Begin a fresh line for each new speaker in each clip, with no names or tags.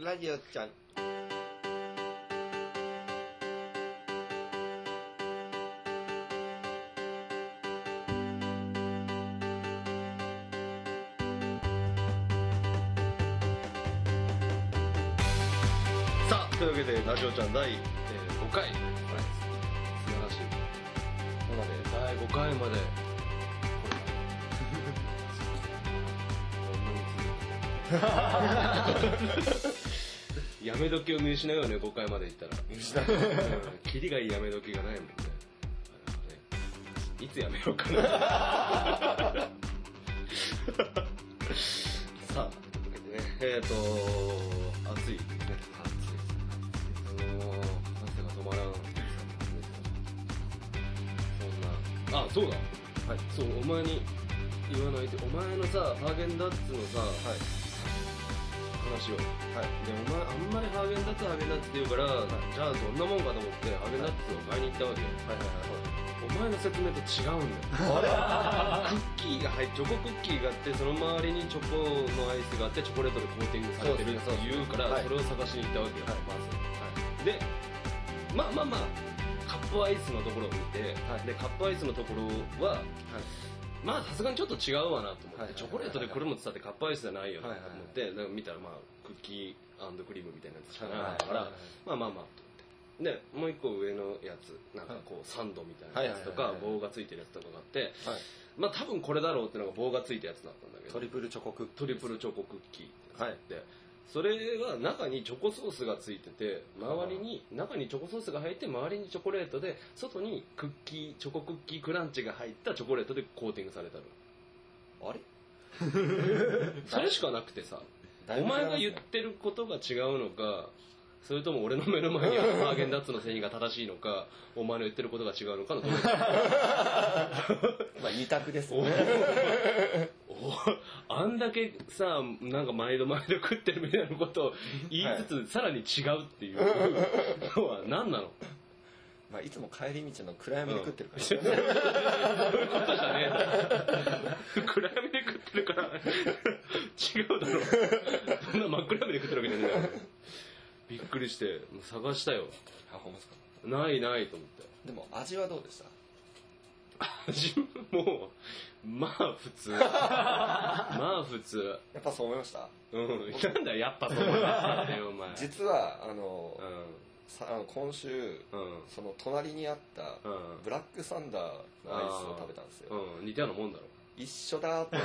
ラジオちゃん。
さあというわけでラジオちゃん第、えー5回、素晴らしいなので第5回までこ れこんなに続いてやめ時を見失うよね5回までいったら見失うキリがいいやめ時がないもんねあのねいつやめようか なさあというわけでねえっ、と暑いね暑いもう汗が止まらんそんなあそうだ
はい
そうお前に言わないでお前のさハーゲンダッツのさ、話をで
はい。
お前あんまりハーゲンダッツハーゲンダッツって言うから、じゃあどんなもんかと思ってハーゲンダッツを買いに行ったわけよ、
はいは
お前の説明と違うんだよクッキーがはいチョコクッキーがあってその周りにチョコのアイスがあってチョコレートでコーティングされてるって
そうですね
言うからそ
はい
れを探しに行ったわけよ、
はい
まず、でまあまあまあカップアイスのところを見て、
はい
でカップアイスのところはまあさすがにちょっと違うわなと思って、
はい
チョコレートでこれもってたってカップアイスじゃないよと思
はい
って、だから見たらまあクッキークリームみたいなやつしかなか
は
っ
い。
たから、まあまあまあと思ってでもう一個上のやつなんかこうサンドみたいなやつと
はい
か
はいはいはい
棒がついてるやつとかがあって
はい。
まあ多分これだろうってのが棒がついたやつだったんだけ
ト
ど
リプルチョコクッキ
ト
ー。
リプルチョコクッキーってやつって、それは中にチョコソースがついてて周りに中にチョコソースが入って周りにチョコレートで外にクッキーチョコクッキークランチが入ったチョコレートでコーティングされたの
あれ
それしかなくてさ
だい
お
ぶ違いますね
前が言ってることが違うのかそれとも俺の目の前にあるハーゲンダッツの繊維が正しいのかお前の言ってることが違うのかのどれか
まあ二択です
お
ね。
おあんだけさなんか毎度毎度食ってるみたいなことを言いつつ、さらに違うっていうのは何なの
まあいつも帰り道の暗闇で食ってるから。
そういう ことじゃねえだろ暗闇で食ってるから違うだろそんな真っ暗闇で食ってるわけじゃねえだろびっくりしてもう探したよ
あ、ほんまですか。
ないないと思って
でも味はどうでした
味もまあ普通まあ普通
やっぱそう思いました
うんなんだやっぱそう思いましたねお前
実は、あの
う、ん
さあの今週、
うん
その隣にあった、
うん
ブラックサンダーのアイスを食べたんですよ。
うん似たようなもんだろ
一緒だーって。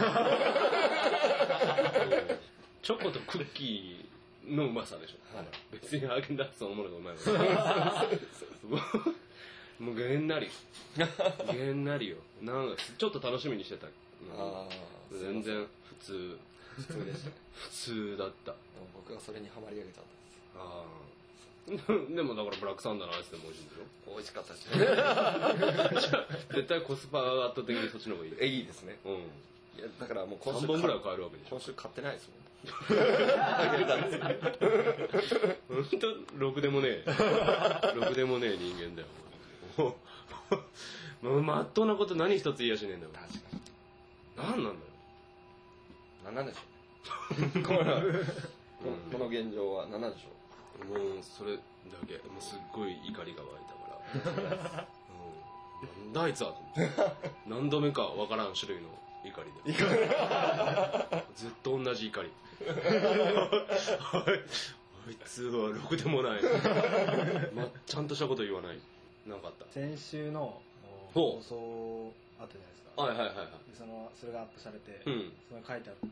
チョコとクッキーのうまさでしょ、
はい
別にハーゲンダッツそのものがうまいわけ もうげんなりげんなりよなんかちょっと楽しみにしてた
あー
全然普通
普通でしたね。
普通だった
でも僕がそれにハマり上げちゃったんです。
ああでもだからブラックサンダーのアイスでも美味しいんでしょ
美味しかったですね。
絶対コスパが圧倒的にそっちの方がいい
え、いいですね。
うん
いや、だからもう今週
3本ぐらいは買えるわけでしょ
今週買ってないですもん。
本当ろくでもねえろくでもねえ人間だよもう もうまっとうなこと何一つ言いやしねえんだよ
確かに。
何なんだよ
何なんでし ょうね。このこの現状は何なんでしょ
もうそれだけもうすっごい怒りが湧いたから、うん、なんだあいつはと思って何度目かわからん種類の怒りでずっと同じ怒りあいつはろくでもない、ま、ちゃんとしたこと言わないなかった
先週の
ほう
放送あったじゃないですか、
はいはいはいはい
でそのそれがアップされて、
うん
その書いてある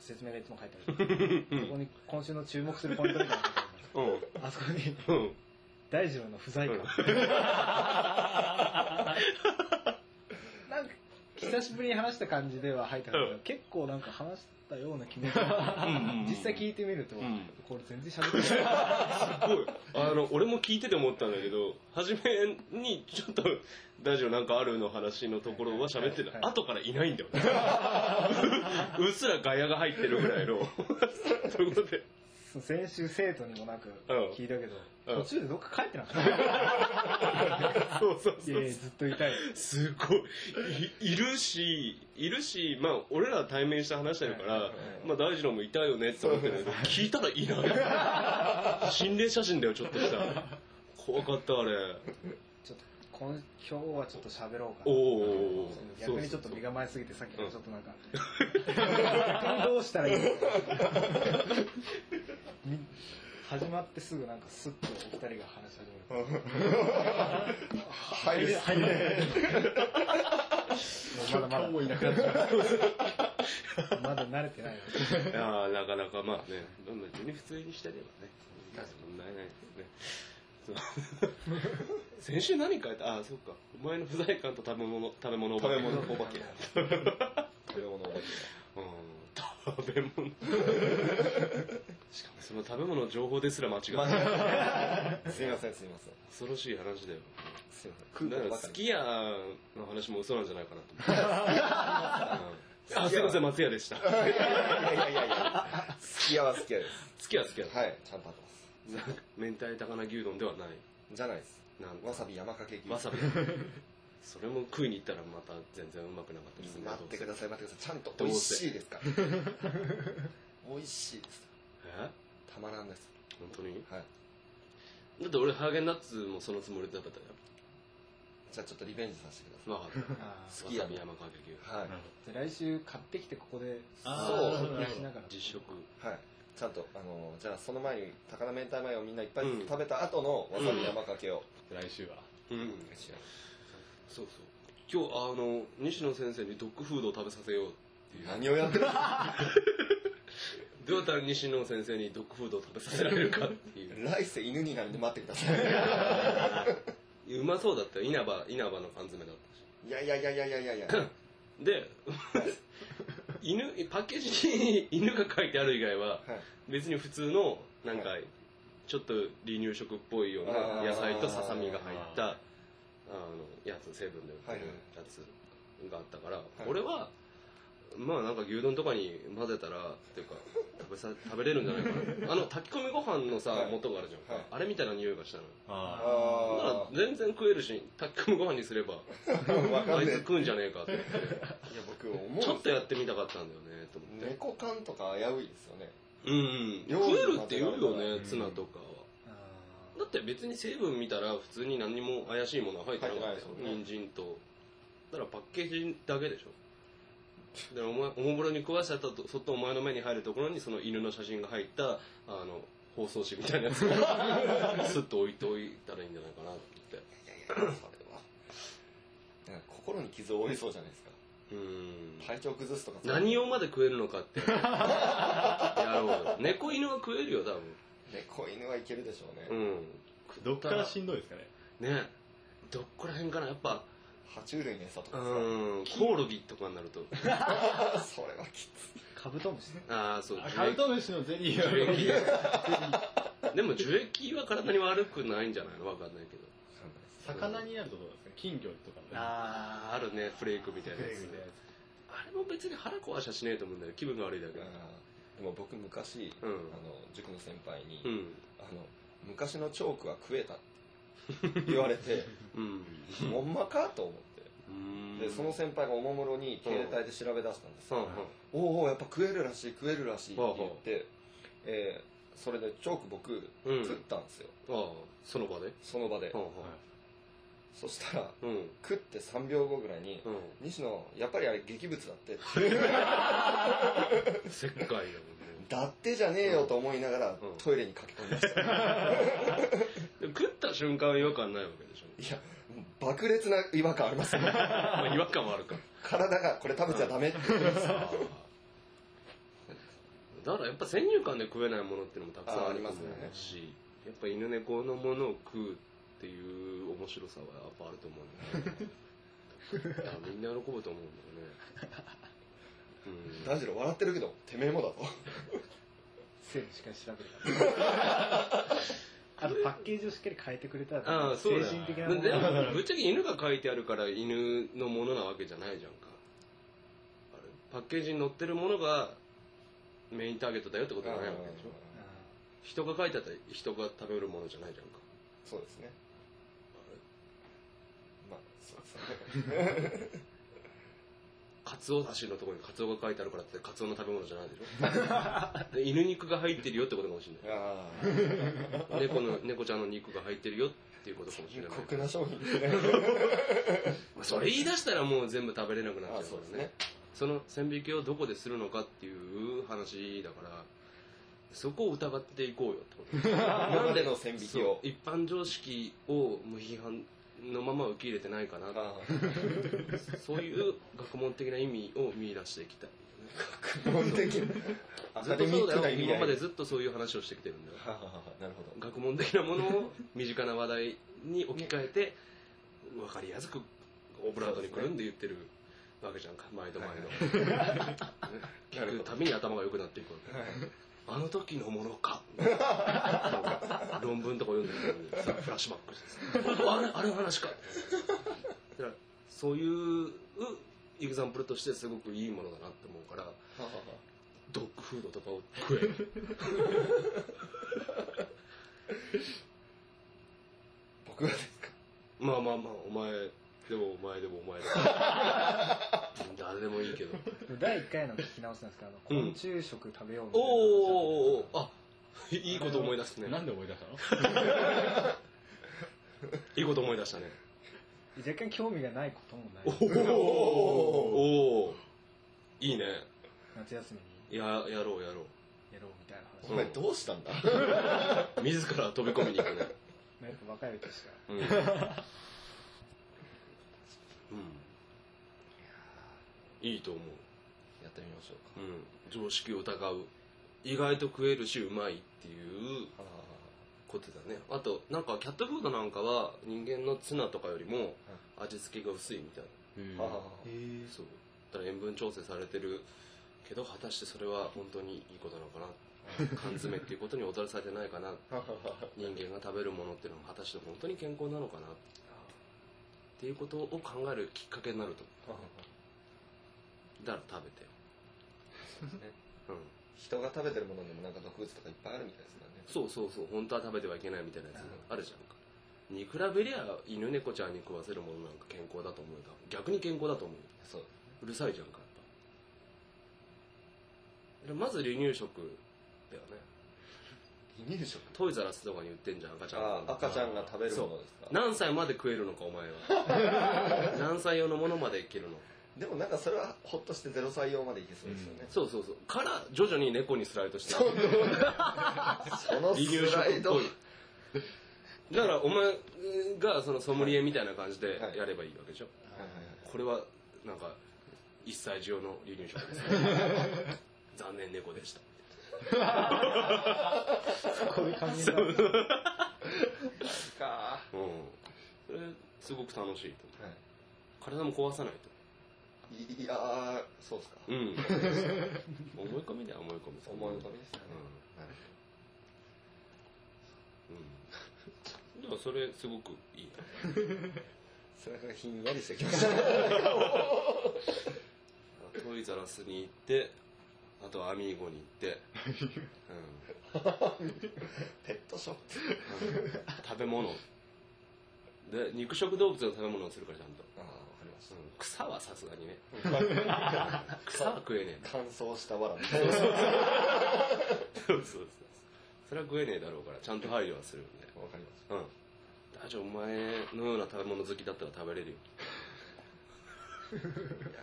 説明がいつも書いてあるそこに今週の注目するポイントみたいなのが
うん
あそこに
うん
大二郎の不在
う
感、
ん
なんか久しぶりに話した感じでは入ったけど、
うん
結構なんか話したような気持ちが実際聞いてみると、
ん
これ全然喋ってない
すごいあの俺も聞いてて思ったんだけど初めにちょっと「大丈夫なんかある?」の話のところは喋って
は
た
い
後からいないんだよ ねうっすらガヤが入ってるぐらいのところで
そう先週生徒にもなく
うん
聞いたけど、
うん
途中でどっか帰って なかった。い
そうそう
やいやずっといたい。
すごいいいるしいるしまあ俺ら対面して話してるから、
はいはい
まあ大二郎もいたよねって思ってるけど聞いたらい ない心霊写真だよちょっとした怖かったあれ
ちょっと今今日はちょっと喋ろうか
お
な。
お
逆にちょっと身構えすぎてさっきからちょっとなんか、どうしたらいいのみ始まってすぐなんかスッとお二人が話し始める。
入る入る。
もうまだま
いなくなっちゃう。
だ、まだ慣れて ないよ。
いやーなかなか まあね、まあ別に普通にしてればね、問題ないですね。そう 先週何書いたあ、そっか。お前の不在感と食べ物、食べ物お化
食
け。
べ物お化け。食べ物お化け。
うん、食べ 物。しかもその食べ物の情報ですら間違って
ま
る
あすいませんすいません。
恐ろしい話だよ。
すいません。
だから、
ばか
す
り
き家の話も嘘なんじゃないか なと思って。うんあ、すいません、松屋でした。
いやいやいや。好き屋は好き屋で
月屋、 月屋。
す。はい、ちゃんと合ってます。
明太高菜牛丼ではない。
じゃないです。
なんか
わさび山かけ牛。
わ さびそれも食いに行ったらまた全然うまくなかったですね
待ってください待ってください。ちゃんと
どう
美
せ
味しいですから。 美味しいです。
え
たまらんです。
本当に
はい。
だって俺ハーゲンダッツもそのつもりで食べたよ
じゃあちょっとリベンジさせてください。
まあ
あ
好
わ
きや
さび山かけ牛
はい。
ーじゃあ来週買ってきてここで、
あー
そう、
そう
説明しながら。
実食
はい。ちゃんと、あのーじゃあその前に、高菜明太マヨをみんないっぱい
うん
食べた後のわさび山かけを。
来週は。
うんそうそう今日あの西野先生にドッグフードを食べさせようっていう
何をやってる
どうやったら西野先生にドッグフードを食べさせられるかっていう
来世犬になるんで待ってください。
うまそうだったよ稲葉稲葉の缶詰だったし
いやいやいやいやいやいやいや。
で 犬パッケージに犬が書いてある以外は
はい
別に普通のなんか
は
ちょっと離乳食っぽいような野菜とささみが入ったあ
あ
のやつ成分で売ってるやつがあったから、
い
これはまあなんか牛丼とかに混ぜたらっていうか食べさ食べれるんじゃないかなあの炊き込みご飯のさ
はい
元があるじゃんか、
はい
あれみたいな匂いがしたの
あ
あ
だから
あ
全然食えるし炊き込みご飯にすれば
ー、わか
あ
ん
い
ね
つ
え。
食うんじゃねえかって
いや、僕思うんです
ちょ
よ
っとやってみたかったんだよねと思って
猫缶とか危ういですよね。
うん
料
食
理
えるって言うよ
の
ね
中
ツナとかは、
あ
だって別に成分見たら普通に何も怪しいものは入ってなかったよ
入ってない
人参とだからパッケージだけでしょだからお前おもむろに食わせたとそっとお前の目に入るところにその犬の写真が入ったあの包装紙みたいなやつが スッと置いておいたらいいんじゃないかなって
いやいや、それは。なんか心に傷を負いそうじゃないですか。
うん
体調崩すとか。
何
を
用まで食えるのかってやろうよ猫犬は食えるよ多
猫犬はいけるでしょうね。
分うん
ーどっからしんどいですかね。
ねどっこら辺かなやっぱ
爬虫類の餌と
う
か
んコオロギとかになると
さ。それはきつい。
ーカブトムシね。
ああそう
あカブトムシのゼリ
樹
ー
液 でも樹液は体に悪くないんじゃないのわかんないけど
魚になるとどうなんですか金魚とかね。
あああるねフレークみたいなや
ゼリ
つ
ーみたいなや
あれも別に腹壊しはしねえと思うんだよ気分が悪いだけ
あーでも僕昔、
うん
あの、塾の先輩に、
うん
あの、昔のチョークは食えたって言われて、
うん
ほんまかと思って。
うん
で、その先輩がおもむろに携帯で調べ出したんです
う
よ。
ん
おうおうやっぱ食えるらしい、食えるらしいって言って、えーそれでチョーク僕、
うん
食ったんですよ。
ああその場で
その場で
うん。
そしたら、
うん
食って3秒後ぐらいに、
うん
西野、やっぱりあれ劇物 だって。
石灰だもんね
だってじゃねえよと思いながら
うん、
トイレに駆け込み ました。い
で食った瞬間は違和感ないわけでしょ
や、爆裂な違和感ありますね。
まあ違和感はあるか
体がこれ食べちゃダメって。
だからやっぱ先入観で食えないものっていうのもたくさんあります
ああります
し、やっぱ犬猫のものを食うっていう面白さはやっぱあると思うんだよねいやみんな喜ぶと思うんだよね、
大二郎笑ってるけど、てめえもだと。
成分しっかり調べる から。あとパッケージをしっかり変えてくれ
あ
たら、
あそう
精
だよ
神的な
う
も
ん、
の
でもぶっちゃけ犬が書いてあるから犬のものなわけじゃないじゃんかあれパッケージに載ってるものがメインターゲットだよってことじゃないわけでしょ
あ
人が書いてあったら人が食べるものじゃないじゃんか
そうですね。まあ、そうですね。
カツオだしのところにカツオが書いてあるからってカツオの食べ物じゃないでしょ で犬肉が入ってるよってことかもしれ
あ
ない猫の猫ちゃんの肉が入ってるよっていうことかもしれない
あ、酷な商 品ですね。
まあそれ言い出したらもう全部食べれなくなっちゃう
あ
か
そうです
らね
ね。
その線引きをどこでするのかっていう話だからそこを疑っていこうよってこと
なんでの線引き
そ
を
う。一般常識を無批判のまま受け入れてないかな
あ
そういう学問的な意味を見出していきたい
あ、本的に。ア
ず
カ
っ
デ
と
ミ
そう
ック な
だよ
意味
今
だ
まで
よ。
ずっとそういう話をしてきてるんだよ
ははははなるほど。
学問的なものを身近な話題に置き換えて分かりやすくオブラートにくるんで言ってるわけじゃんか毎度毎度
なるほ
聞
ど
くたびに頭が良くなっていくわけあの時のものかなんか論文とか読んでるのにフラッシュバックしてさあれあれの話かだからそういうエグザンプルとしてすごくいいものだなって思うから
ははは
ドッグフードとかを食え
僕がですか
まあまあまあお前でもお前でもお前でも誰でもいいけど
第1回の聞き直しなんですけど、あの
うん
昆虫食食べようみ
お
た
ー
いな
おーおーお
話
ーあいいこと思い出すね
なんで思い出したの
いいこと思い出したね
若干興味がないこともな
お
い。
ーおーいいね
夏休み
ややろうやろ
にやろうみたいな話。
お前どうしたんだ
う自ら飛び込みに行く ね
まあやっぱ若いうちしか。
うん、うん、いいと思う、
やってみましょ
う
うか。
ん、常識を疑う意外と食えるしうまいっていう
はははは
ことだねあとなんかキャットフードなんかは人間のツナとかよりも味付けが薄いみたいな
はははは
そうだから塩分調整されてるけど果たしてそれは本当にいいことなのかな缶詰っていうことに踊らされてないかな
はははは
人間が食べるものっていうのは果たして本当に健康なのかなっていうことを考えるきっかけになるとだから食べてようん
人が食べてるものでもなんか毒物とかいっぱいあるみたいですからね。
そうそうそう本当は食べてはいけないみたいなやつあるじゃんかに比べりゃ犬猫ちゃんに食わせるものなんか健康だと思うよ逆に健康だと思うよ
そう。
うるさいじゃんかやっぱでまず離乳食だよね
離乳食
トイザラスとかに売ってんじゃん赤ちゃん
あ
の
あ、赤ちゃんが食べるものですか
何歳まで食えるのかお前は 何歳用のものまでいけるの
でもなんかそれはほっとして0歳用までいけそうですよね。
そうそうそうから徐々に猫にスライドして
その
離乳
スラ
食
イ
っ
ド
ぽい。だからお前がそのソムリエみたいな感じで
はい
やればいいわけでしょ、
はいはいはい
これはなんか一歳児用の離乳食です 残念猫でした
こういう感じになる。
か
うんそれすごく楽しいと思う
は
体も壊さない
い。いやー、そうですか。
とうん思い込みだよ思い込み
思い浮かびですかね。なる
うん、うん、でもそれすごくいい
ほど背中がひんやりしてきました。
なトイザラスに行ってあとはアミーゴに行って、うん
ペットショップ。
うん食べ物で肉食動物の食べ物をするからちゃんと、
ああ、わかりまし
うん、草はさすがにね
た。
草は食えねえ
乾燥したわらび。
そうそうそうそれは食えねえだろうからちゃんと配慮はするよね
わかります。
うん大丈夫お前のような食べ物好きだったら食べれるよ
いやーでも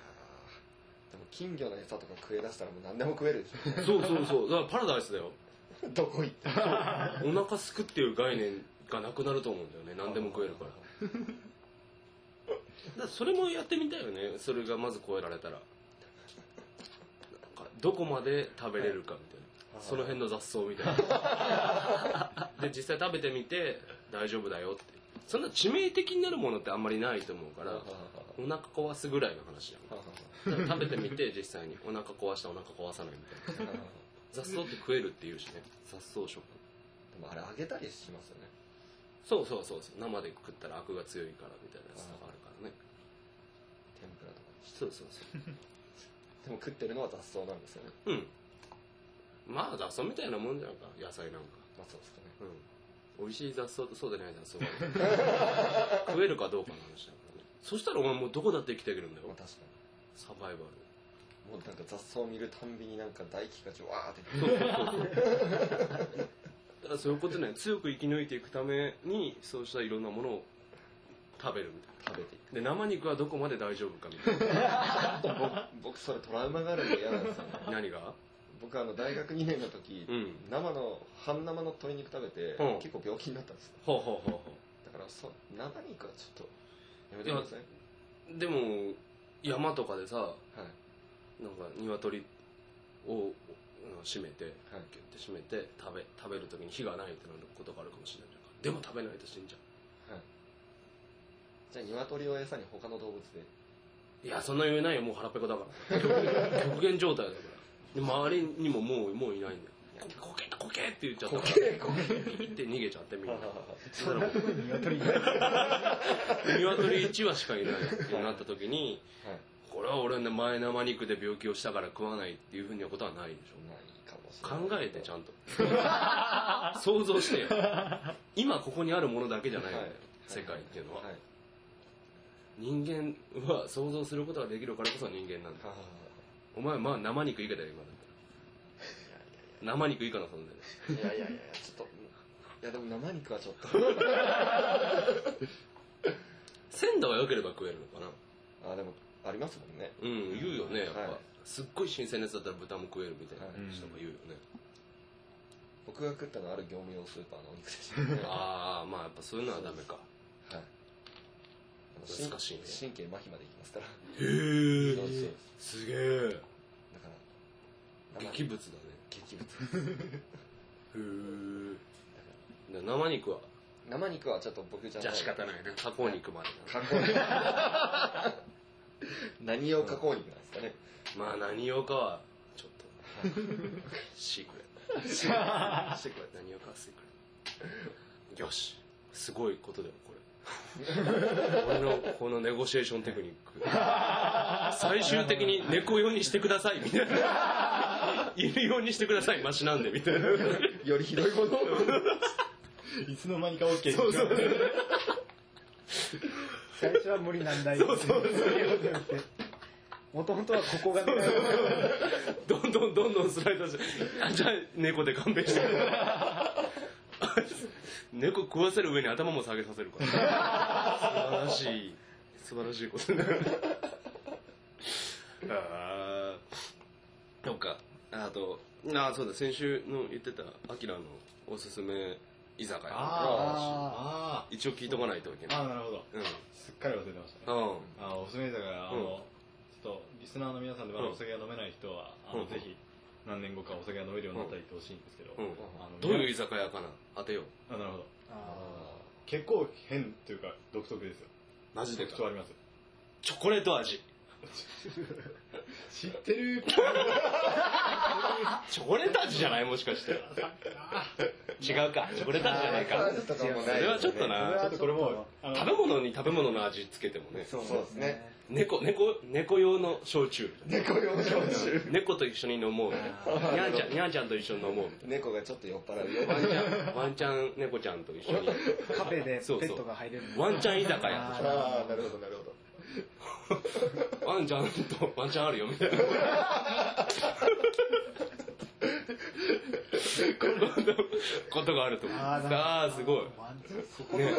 金魚の餌とか食え出したらもう何でも食えるでし
そうそうそうだからパラダイスだよ
ょ。どこ行っても。
お腹すくっていう概念がなくなると思うんだよね何でも食えるからだからそれもやってみたいよねそれがまず超えられたらなんかどこまで食べれるかみたいな、
はい
その辺の雑草み たいなで実際食べてみて大丈夫だよってそんな致命的になるものってあんまりないと思うからお腹壊すぐらいの話じゃんだから食べてみて実際にお腹壊したお腹壊さないみたいな
でも
雑草って食えるっていうしね雑草食
あれ揚げたりしますよね。
そうそうそうそう生で食ったらアクが強いからみたいなやつとかあるからね
天ぷらとかにして
そうそうそ
でも食ってるのは雑草なんですよね。
ううんまあ雑草みたいなもんじゃんか野菜なんか
まあそうですかね。
うん美味しい雑草とそうでない雑草がある食えるかどうかの話だからねそしたらお前もうどこだって生きていけるんだよ
まあ確か
サバイバル
に。もうなんか雑草を見るたんびになんか大気がじゅわーって。
だからそういうことね強く生き抜いていくためにそうしたいろんなものを食べるみたい
食べていく。
なで生肉はどこまで大丈夫かみたい
僕それトラウマがあるんで嫌なんですよね。
な何が
僕あの大学2年の時
う、ん
生の、半生の鶏肉食べて
うん、
結構病気になったんですよ。
ほうほうほうほ
だからそ、生肉はちょっと、やめてください。
うでも山とかでさ
はい。
なんか鶏をうん閉めて
はい。
ギュッて閉めて食べ食べる時に火がないってなることがあるかもしれないじゃんかでも食べないと死んじゃ
じゃあ、鶏を餌に他の動物で。
ういやそんな言えないよもう腹ペコだから 極限極限状態だからで周りにももうもういないんだよこけこけって言っちゃったから
こけ
ビビって逃げちゃってみん なそ
そんなとこに鶏い ない。
鶏1羽しかいないってなった時に、
はい
これは俺ね前生肉で病気をしたから食わないっていうふうなことはないでしょ
ないかもしれ
考
ない。
えてちゃん と想像してよ今ここにあるものだけじゃないんだよ、
はい
世界っていうのは、
はい。
人間は想像することができるからこそ人間なんだ
は
お前まあ生肉以下だよ今だったら生肉以下の存在だよ
いやいやいや、ちょっと、いやでも生肉はちょっと。
鮮度が良ければ食えるのかな
あ、でも、ありますもんね。
うん言うよねやっぱ、
はい
すっごい新鮮なやつだったら豚も食えるみたいな
はい
人も言うよね、
僕が食ったのはある業務用スーパーのお肉でしたね。
ああまあやっぱそういうのはダメか
はい。
難しいね
神経麻痺までいきますから。
へ
そうそう
え
です
すげえ
だから、
劇物だね
激物。
へえ生肉は
生肉はちょっと僕じゃ
じ
な
ゃあ
い。
仕方ないね加工肉まで
加工肉。何用加工肉なんですかね。
なまあ何用かはちょっと シークレットシークレット何用かはシークレットよしすごいことだよこれ俺のこのネゴシエーションテクニック最終的に猫用にしてくださいみたいな犬用にしてくださいマシなんでみたいな
よりひどいものを。
いつの間にか OK そうそう
最初は無理なんだよ。そう そうもともとはここがね、
どんどんどんどんスライドして、あじゃあ猫で勘弁して。猫食わせる上に頭も下げさせるから。素晴らしい、素晴らしいことね。ああ、なんか、あと、あーそうだ、先週の言ってた、アキラのおすすめ居酒屋。
あ
ああ
一応聞いとかないといけ
あ
ない。
あなるほ
う
ど
ん。
すっかり忘れてましたね
うん。
あおすすめだからあの、
うん
ちょっとリスナーの皆さんでまだ
うん
お酒が飲めない人は、あ
う
の
ん
ぜひ何年後かお酒が飲めるようになったら行ってほしいんですけど、
うん。
あの
どういう居酒屋かな当てよう。
あなるほど
あ
結構変というか独特ですよ
マジで
特徴あります
チョコレート味。
知ってる
チョコレート味じゃないもしかして。違うか。チョコレート味じゃないか。
味とかもないですね
それはちょっとな
ちょっとこれもうあの
食べ物に食べ物の味つけてもね。
そう
ですね。
猫、猫、猫用の焼酎。
猫用焼酎。
猫と一緒に飲もう。にゃんちゃん、にゃんちゃんと一緒に飲もう。
猫がちょっと酔っ払うよ。
ワンちゃん、ワンちゃん、猫ちゃんと一緒に。
カフェで
そうそう
ペットが入れる
ワンちゃん居酒屋でし
ああ、なるほど、なるほど。
ょ。ワンちゃんと、ワンちゃんあるよ、みたいな。ことがあると思う。
あーなるほど
ああ、すごい。
ワンちゃんすごい
ね、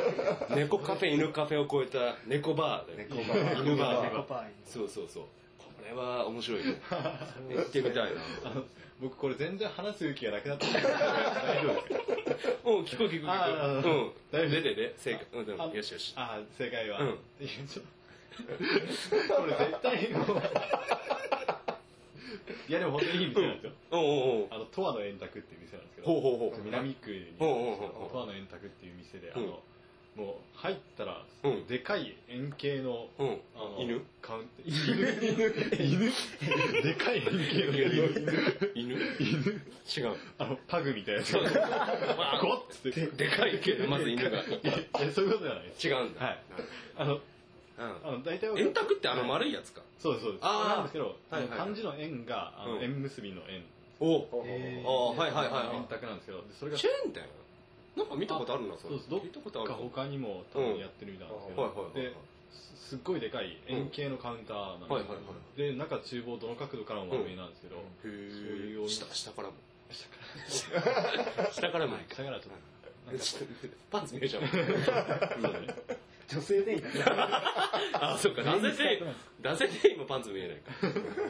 猫カフェ、犬カフェを超えた猫バーだよ
猫バー
犬バー
猫パイ
そうそうそう。これは面白いね。 行ってみたいな。
あの僕これ全然話す勇気がなくなってきた大丈夫ですか
うん、聞こう聞こう
あ
聞
ー
こう。う
大
ん。出
丈夫
て出て、正解。うん、でも
あ
よしよし。
あー正解は、
うん
いやちょこれ絶対もういやでも本当にいい店なんですよ、
おうおうおう
あの「とわの円卓」っていう店なんですけど
ほうほうほう。
南区に
うんうんうんうん
十和の円卓っていう店で、
うん
あのもう入ったら、
うん
でかい円形の
うん。
あの
犬
カウン犬犬犬でかい円形の犬
犬違う。
あのパグみたいなやつゴ
う
ッつって
でかいけど、まず犬が。
いやいやそういうことじゃないです
違うんだ。
はいあの
うん。
あの大体は
円卓ってあの丸いやつか。
そうですそうです
あー
なんですけど、
はいはいはい
漢字の円があ
う
の
ん
縁結びの円
お
えー
あーはいはいはいはい
円卓なんですけど、でそれが
チェーン店なんか見たことあるな、それ。
そうですどっか
見たことある
が
かも
他にも多分やってるみたいなんですけど、
はいはいはい
で。すすっごいでかい円形のカウンターなんですよ
はいはいはい
で中厨房どの角度からも丸見えなんですけど、
うん
へ
いうお
ー
店
下、下からも。
下か
下からもいい
ら
か。
下からちょっとなんか
ちょっとパンツ見えちゃう。
女性でいいんだ
あ、そうか。男性店員、男性店員もパンツ見えないか。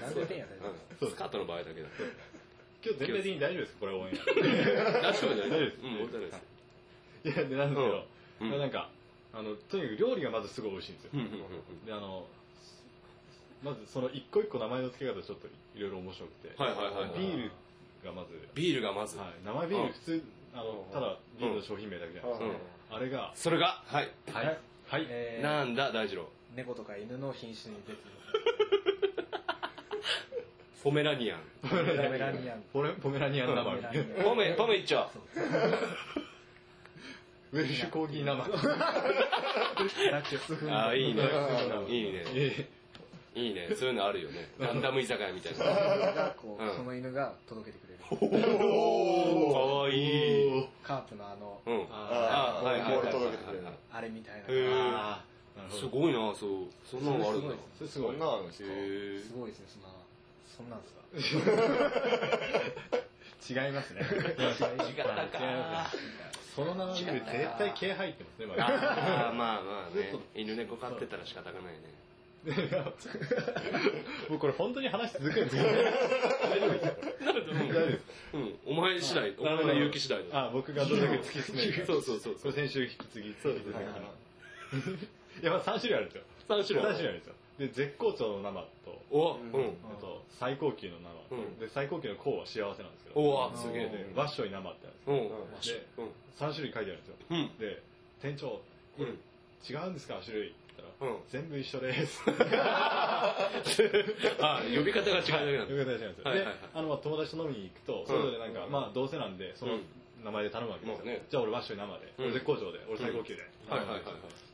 男性店員やったら
うんスカートの場合だけだ。
今日全体的に大丈夫ですかこれ応援
大丈夫だよね
大丈夫です、
うん、大丈夫です。
いやでなんですけど、
うん
まあなんかあのとにかく料理がまずすごい美味しいんですよ、
うんうんうん
であのまずその一個一個名前の付け方ちょっといろいろ面白くて、
はいはいはいはい
ビールがまず、
ビールがまず。
はい、名前ビー
うん
ル普通あのただビールの商品名だけじゃないですか、
うん
あれが
それが、はい。
はいはい、
えー
なんだ、大二郎。
猫とか犬の品種に出て
ポメラニアン。
る ポメラニアン
ポメポメラニアン生
ポメラニアン
ポメ、ポメいっちゃ
そう
ウェルシュコーギー生
ラッキス
う。
フン
ああ、いいね
う。ん
いいね。
え
いいね。そういうのあるよね。ガンダム居酒屋みたいな。
がこ
うん
うその犬が届けてくれる
おかわいい。
ー
カープのあの
うん。
あ
ーボール届けてくれる
い
あれみたいな
へー
あーなるほど
すごいな、そう。そんなのがあるんだ。へ
それす
そ
ごい
んなのあるんですか
え。
すごいですねそんなそんなんですか
違いますね
違ったか。
その名前見ると絶対毛入ってますねまだ
ああ、まあまあね。犬猫飼ってたら仕方がないね。
僕これ本当に話続けるんですけど
なると思う
大丈夫です
うん。お前次第、お前の勇気次第だ。
あ僕がどれだけ突き進めるか
そうそうそう
これ先週引き継ぎそうですね
はいはいはい
いやまあ3種類あるんですよ
三
3
種類。
種類あるんですよで絶好調の生と
お、うん。
あと最高級の生、
うん
で最高級の高は幸せなんですけど
おわ、すげえ
で
ね。
和尚に生ってあるんですよ
うん。う
で
ん。
3種類書いてあるんですよ
うん。
で店長これ違うんですか種類って言ったら、
うん
全部一緒 です
あ、呼び方が違うだけなんだ。
いう形なんですよ。
はい
で
はいはい、
あの、まあ友達と飲みに行くと、それぞれなんか、まあ、どうせなんで、その名前で頼むわけです
ま
よ。
あね
じゃあ俺、ワッシュ生で、
うん
俺、絶好調で、俺、最高級で。
はいはいはいはい。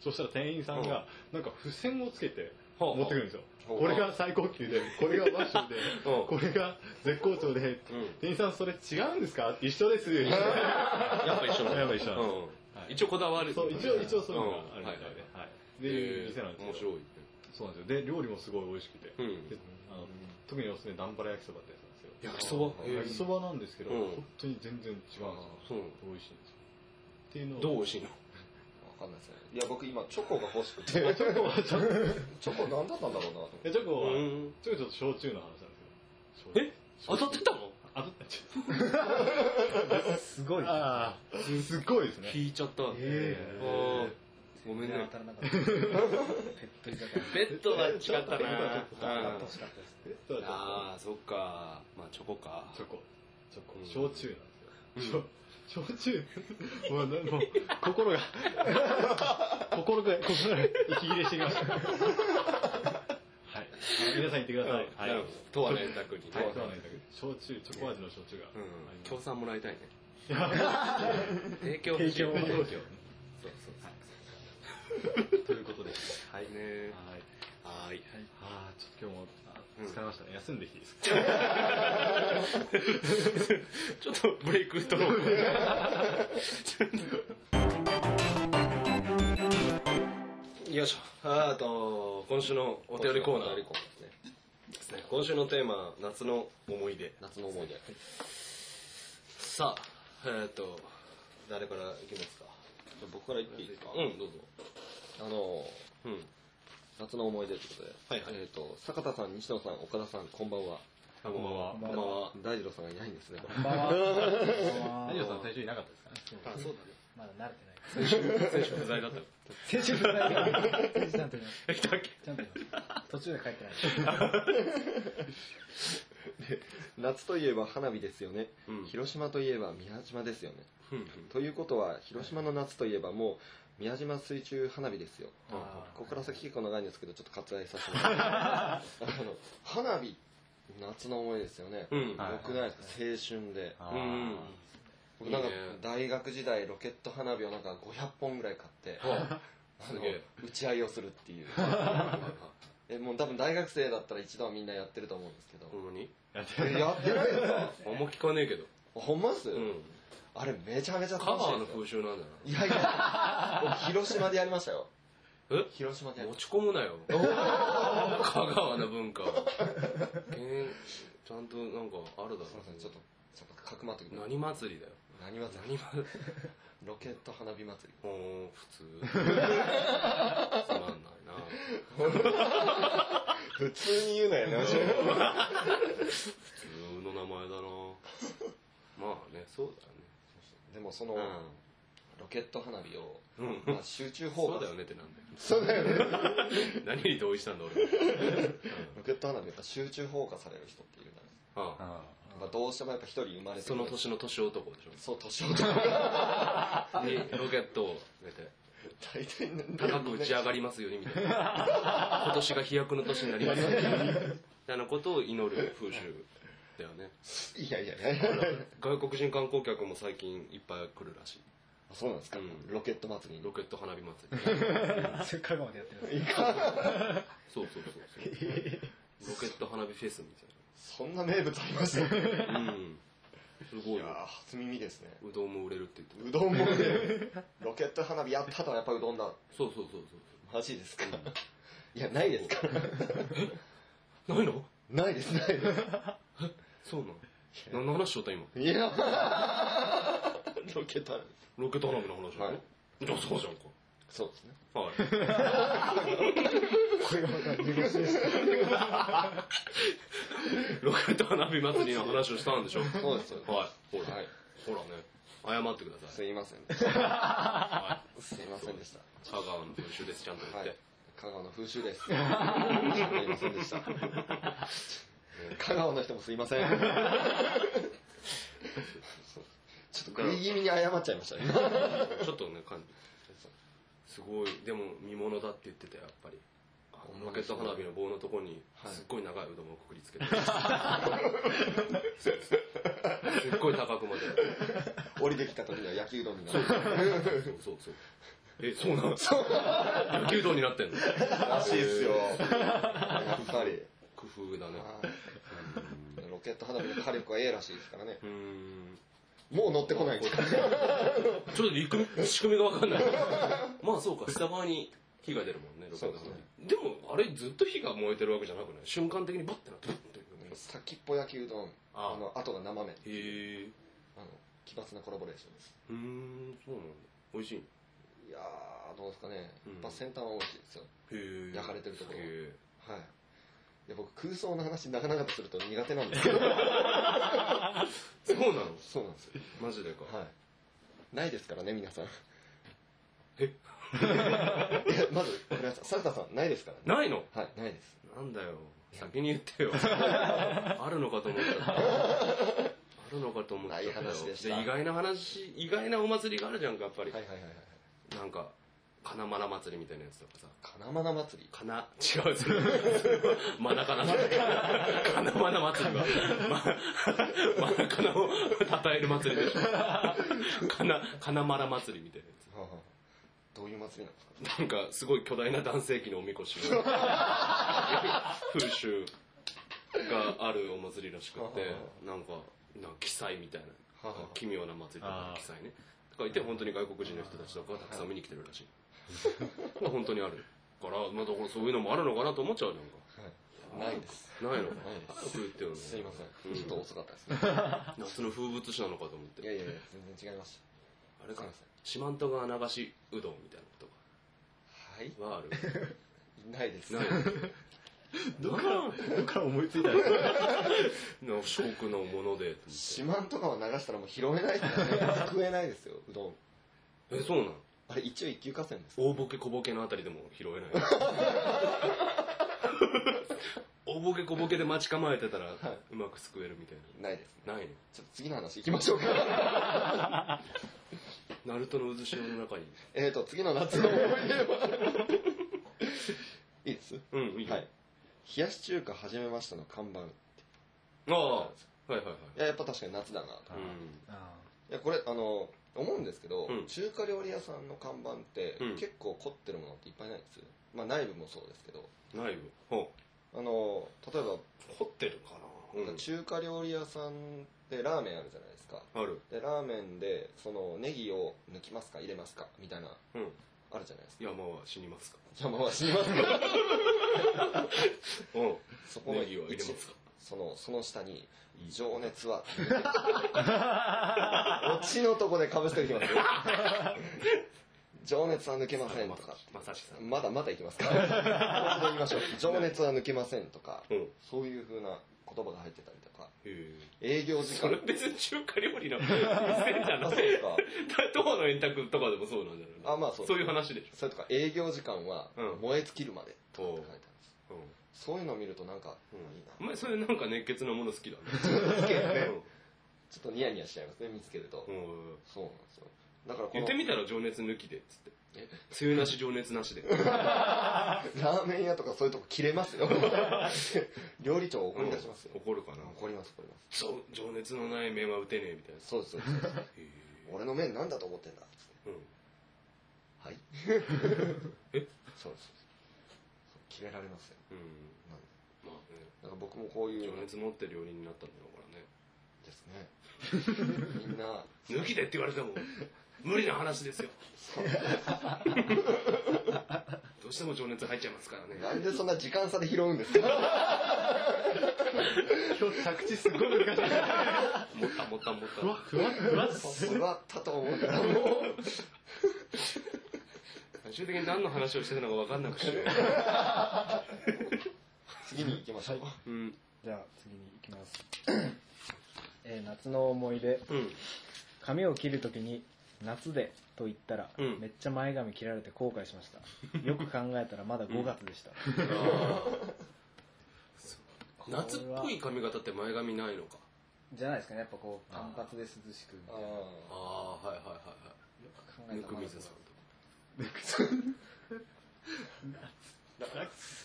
そしたら店員さんが、なんか付箋をつけて、
はあ
持ってくるんですよ。
はあ
これが最高級で、これがワッシュで、
うん
これが絶好調で、店員さん、それ違うんですか一緒です。一緒
やっぱ一緒なんだ。
やっぱ一緒なんだ
うん。一応こだわる。
そう、一応、一応そういうのがあるみたい
うんはい
で。はい。で、いう
え
店なんで
ー面
すけど
白い。
そうなんですよ。で、料理もすごい美味しくて。
うん
であの特におすすめ、ダンバラ焼きそばってやつなんですよ。
焼きそば
焼きそばなんですけど、
うん
本当に全然違うんですよ。
そう
美味しいんですよ。っていうのを
どう美味しいの
わかんないですね。いや、僕今、チョコが欲しく て。
チョコはちょっと、
チョコ何だったんだろうなと思って。
えチョコ
う
は、
ん
チョコちょっと焼酎の話なんですけど。
え当たってたの
当たったちょ
すごい
っと ああ、すすっごいですね。
引いちゃった。
え
あーごめん
全然
ね
当。たらなかったペット 居酒屋
ベッドは違った
ベッドは
な
ちょっと
当たっ
うん
てほしかったです
えそうだ
ああ、そっか。まあ、チョコか。
チョコ。チョコ
うん。
焼酎なんですよ。ちょ焼酎。 もう、なもう、 心が、心が、心が、息切れしてきました。はい。皆さん言ってください。
なるほど。とはね、宅に。
はい、そうなんだけど、焼酎、チョコ味の焼酎が。
うん
あります
協賛もらいたいね。提供提
提供
そうそうそう。
ということで。
はいね。
はい。
はい。
あー、ちょっと今日もあ
うん
疲れましたね。休んできていいですか
ちょっとブレイクと。よいしょ。あーあと、今週のお便りコーナ
お
ー
便り
で
コーナーです
す
ね。
ね。今週のテーマ、夏の思い出。
夏の思い出。
さあ、えっと、誰からいきますか。
僕から言っていいですか
うん、どうぞ。
あの、
うん。
夏の思い出ということで。
はいはい
えっと、坂田さん、西野さん、岡田さん、こんばんは。
こん
ばんは
こんばんは。
大二郎さんがいないんですね。
こんばんは
大丈夫さん最初いなかったですかね。
あ、そうだね。
まだ慣れてない
先週、先週 不在だったの。
先週のライブ先週ちゃんといます
え、来たっけ
ちゃんといます途中で帰ってない
夏といえば花火ですよね。
うん
広島といえば宮島ですよね。
うん
ということは、広島の夏といえばもう、宮島水中花火ですよ。
あー
ここから先結構長いんですけど、ちょっと割愛させて もらいます。あの、花火、夏の思いですよね。
うん
はい
僕ないですか、青春で。
あ
うん。うん。
僕なんか
いいね
大学時代ロケット花火をなんか500本ぐらい買って、
はあ
あの
すげえ
打ち合いをするっていう。えもう多分大学生だったら一度はみんなやってると思うんですけど
ほ、んまに
やって
えやってないですか
あんま聞かねえけど。
ほんまっす、
うん。
あれめちゃめちゃ
カ
楽しい
バーの
ですよ
風習なんだ
いやいや僕広島でやりましたよ
え
広島で
な。
や
持
りまし
ち込む なよ。香川の文 化を。えーちゃんとなんかあるだろ
たすいませんちょっとちょっとかくまってくる
何祭りだよ。
何祭
何
り
祭り
ロケット花火祭り
おー、普 通。つまんないな。
普通に言うなよね
普通の名前だな。まあね、そう
でもその、
だよね。
ロケット花火を、
うん。うん。
まあ、集中砲
そ
火
うだよねってなんだよ。
そうだよね
何に同意したんだ 俺は。
ロケット花火やっぱ集中放火される人っているじゃないです
ああ
あ
かやっぱどうしてもやっぱ一人生まれてく
そ
る
の年の年男でし
そう年を取る
ょ。にロケットを出て、
大体ね
高く打ち上がりますようにみたいな。今年が飛躍の年になり ますように。みたいなことを祈る風習だよね。
いやいやいや
外国人観光客も最近いっぱい来るらしい。
あそうなんですか、
うん
ロケット祭りに
ロケット花火祭り。
それ香川でやってるんです
そうそうそうそう。 ロケット花火フェスみたいな。
そんな名物ありましたい
う
や
ん。すごいよ
ー。初耳ですね
うどんも売れるって言ってた。
うどんもねロケット花火やったとやっぱうどんだ
そうそうそうそ
マジですか、いやないですか
う。ないの
ないですないで
そうなの何の話しとった今。
すいや ロケット花火
ロケット花火の話だ
は
よ
い。
いや、そうじゃんか。
そうですね
はい。
これがまた見事でした
ロケット花火祭りの話をしたんでしょはい。
そうですよ、
ほら、
はい、
ほらね。謝ってくださ
す
い。
いません
は
すいませんでした
い。香川の風習です、ちゃんと言っ
は
て。
い。香川の風習 です。すいません でした。香川の人もすいません。ちょっと食い気味に謝っちゃいましたね。
ちょっとね、感じ。すごい、でも見物だって言ってたよ、やっぱり。あのロケット花火の棒のとこに、
はい
すっごい長いうどんをくくりつけて。すっごい高くまで。
降りてきた時には焼きうどんになる。
そうそうそう。え、そうなの野球道になってんの
らしいですよ。やっぱり。
工夫だね。
ロケット花火の火力は A らしいですからね。
うーん。
もう乗ってこないんですか
ちょっと陸仕組みがわかんない。 まあそうか、下側に火が出るもんね、ロケット
そうですね
でも、あれずっと火が燃えてるわけじゃなくない瞬間的にバッてなってるっていうね
先っぽ焼きうどん、あ
ああ。
の、後が生麺。
へえ。
あの、奇抜なコラボレーションです。
うーん、そうなんだ。美味しい。へ
いやー、どうですかね。やっぱ先端は美味しいですよ。
え。
焼かれてるところ
へえ
はい。いや、僕、空想の話、なかなかとすると苦手なんです けど。
そうなの
そうなんですよ。
マジでか。
はい。ないですからね、皆さん。
え
いやまず、ごめんなさい。サルタさん、ないですからね。
ないの
はい、ないです。
なんだよ。先に言って よ。あるのかと思っちゃった。あるのかと思っちゃったよ。
ない話でした
意外な話、意外なお祭りがあるじゃんか、やっぱり。
はいはいはいはい。
なんか、金マナ祭りみたいなやつとかさ。
金まな祭り。
かな、違う、それ。マナカナ祭り。カナマナ祭りは、ま、マナカナを称える祭りでしょ。カナ、カナマナ祭りみたいなやつ。
はあはあどういう祭りなんですか
なんか、すごい巨大な男性器のおみこしが風習があるお祭りらしくって、なんか、なんか、奇祭みたいな
はあはあ、
奇妙な祭りとか
あ、ー
奇祭ね。とか言って、本当に外国人の人たちとかがたくさん見に来てるらしい。本当にある。から、まあ、だからそういうのもあるのかなと思っちゃう、なんか。
はい。ないです。
ないのか
ないで
早
す
く言ってよね。
すいませ
うん
ん。ちょっと遅かったですね。
夏の風物詩なのかと思っ
いや
て。
いやいや、全然違いまし
あれ
た。
か
すい
な
ま。せ
四万十川流しうどんみたいなこ
ん。はい
とがある。
ないです。
ない
ーどっから、どっから思いついたんですか
の四国のもので。
四万とかは流したらもう拾えないからね。食えないですよ、うどん。
え、そうなん
あれ、一応一級河川です。
大ボケ小ボケのあたりでも拾えない。大ボケ小ボケで待ち構えてたら、うまくすくえるみたい
ないですね。
な。ないね。
ちょっと次の 話行きましょうか。
ナルトの渦潮の中に。
えーと、次の夏の思い出は。いいです
うん、いいよ
はい。冷やし中華始めましたの看板。い
ああ、はいはいはい。
や、やっぱ確かに夏だなと。
うん。
あ
いや、これ、あの、思うんですけど、
うん
中華料理屋さんの看板って、
うん
結構凝ってるものっていっぱいないですまあ、内部もそうですけど
内部ほ
あの例え
うホテルか
ば、中華料理屋さんでラーメンあるじゃないですか
ある
でラーメンでそのネギを抜きますか入れますかみたいな
うん
あるじゃないですか
山は死にますか
邪魔はします か
うん
そこの
ネギは入れますか
そのその下に「情 熱は」オチのとこでかぶせてきますよ 情熱は抜けませんとか
まさしさん
まだまだいきますかもう一度言いましょう情熱は抜けませんとか
うんへ
そういうふうな言葉が入ってたりとか
え
営業時
そ
間
れ別に中華料理の店じゃ
あ
な
そ
く
う
て
か
徒歩の円卓とかでもそうなんじゃないの
あまあそう
そういう話でし
それとか営業時間は
うん
燃え尽きるまでとかって書いてあるんです
ょ、うん、
そういうのを見るとなんか、うん、いい
お
な
前それなんか熱血なもの好きだね
好きですね
うん
ちょっとニヤニヤしちゃいますね見つけると、
うん
そうなんですよだからこ
言
の
ってみたら情熱抜きでっつって梅雨なし情熱なし で
ラーメン屋とかそういうとこ切れますよ 料理長怒り出しますよ、
怒るかな
怒ります怒りま
そう情熱のない面は打てねえみたいな
すそうですそうです
へえ
俺の麺なんだと思ってんだ
うん
はい
え
そうですそう切れられますよ
うん
なんで
まあね
だから僕もこういう
情熱持って料理人になったんだろう
ですねみんな
からね抜きでって言われても無理な話ですよどうしても情熱入っちゃいますからね
なんでそんな時間差で拾うんです か
今日着地すごい難しい。
持った持った持った
ふわ、ふわ、ふわっす。
座ったと 思うからもう
最終的に何の話をしてたのか分かんなくて、
次に行きましょう
うん
じゃあ次に行きます。えー夏の思い出。
うん
髪を切るときに夏でと言ったら、
うん
めっちゃ前髪切られて後悔しました。 よく考えたらまだ5月でした。これは
夏っぽい髪型って前髪ないのか
じゃないですかね、やっぱこう、単発で涼しくみたいな。よ
あ
ああはいはいはいはい
く考え
ぬ
た
く
らま
み
だ5
ず
月
さんと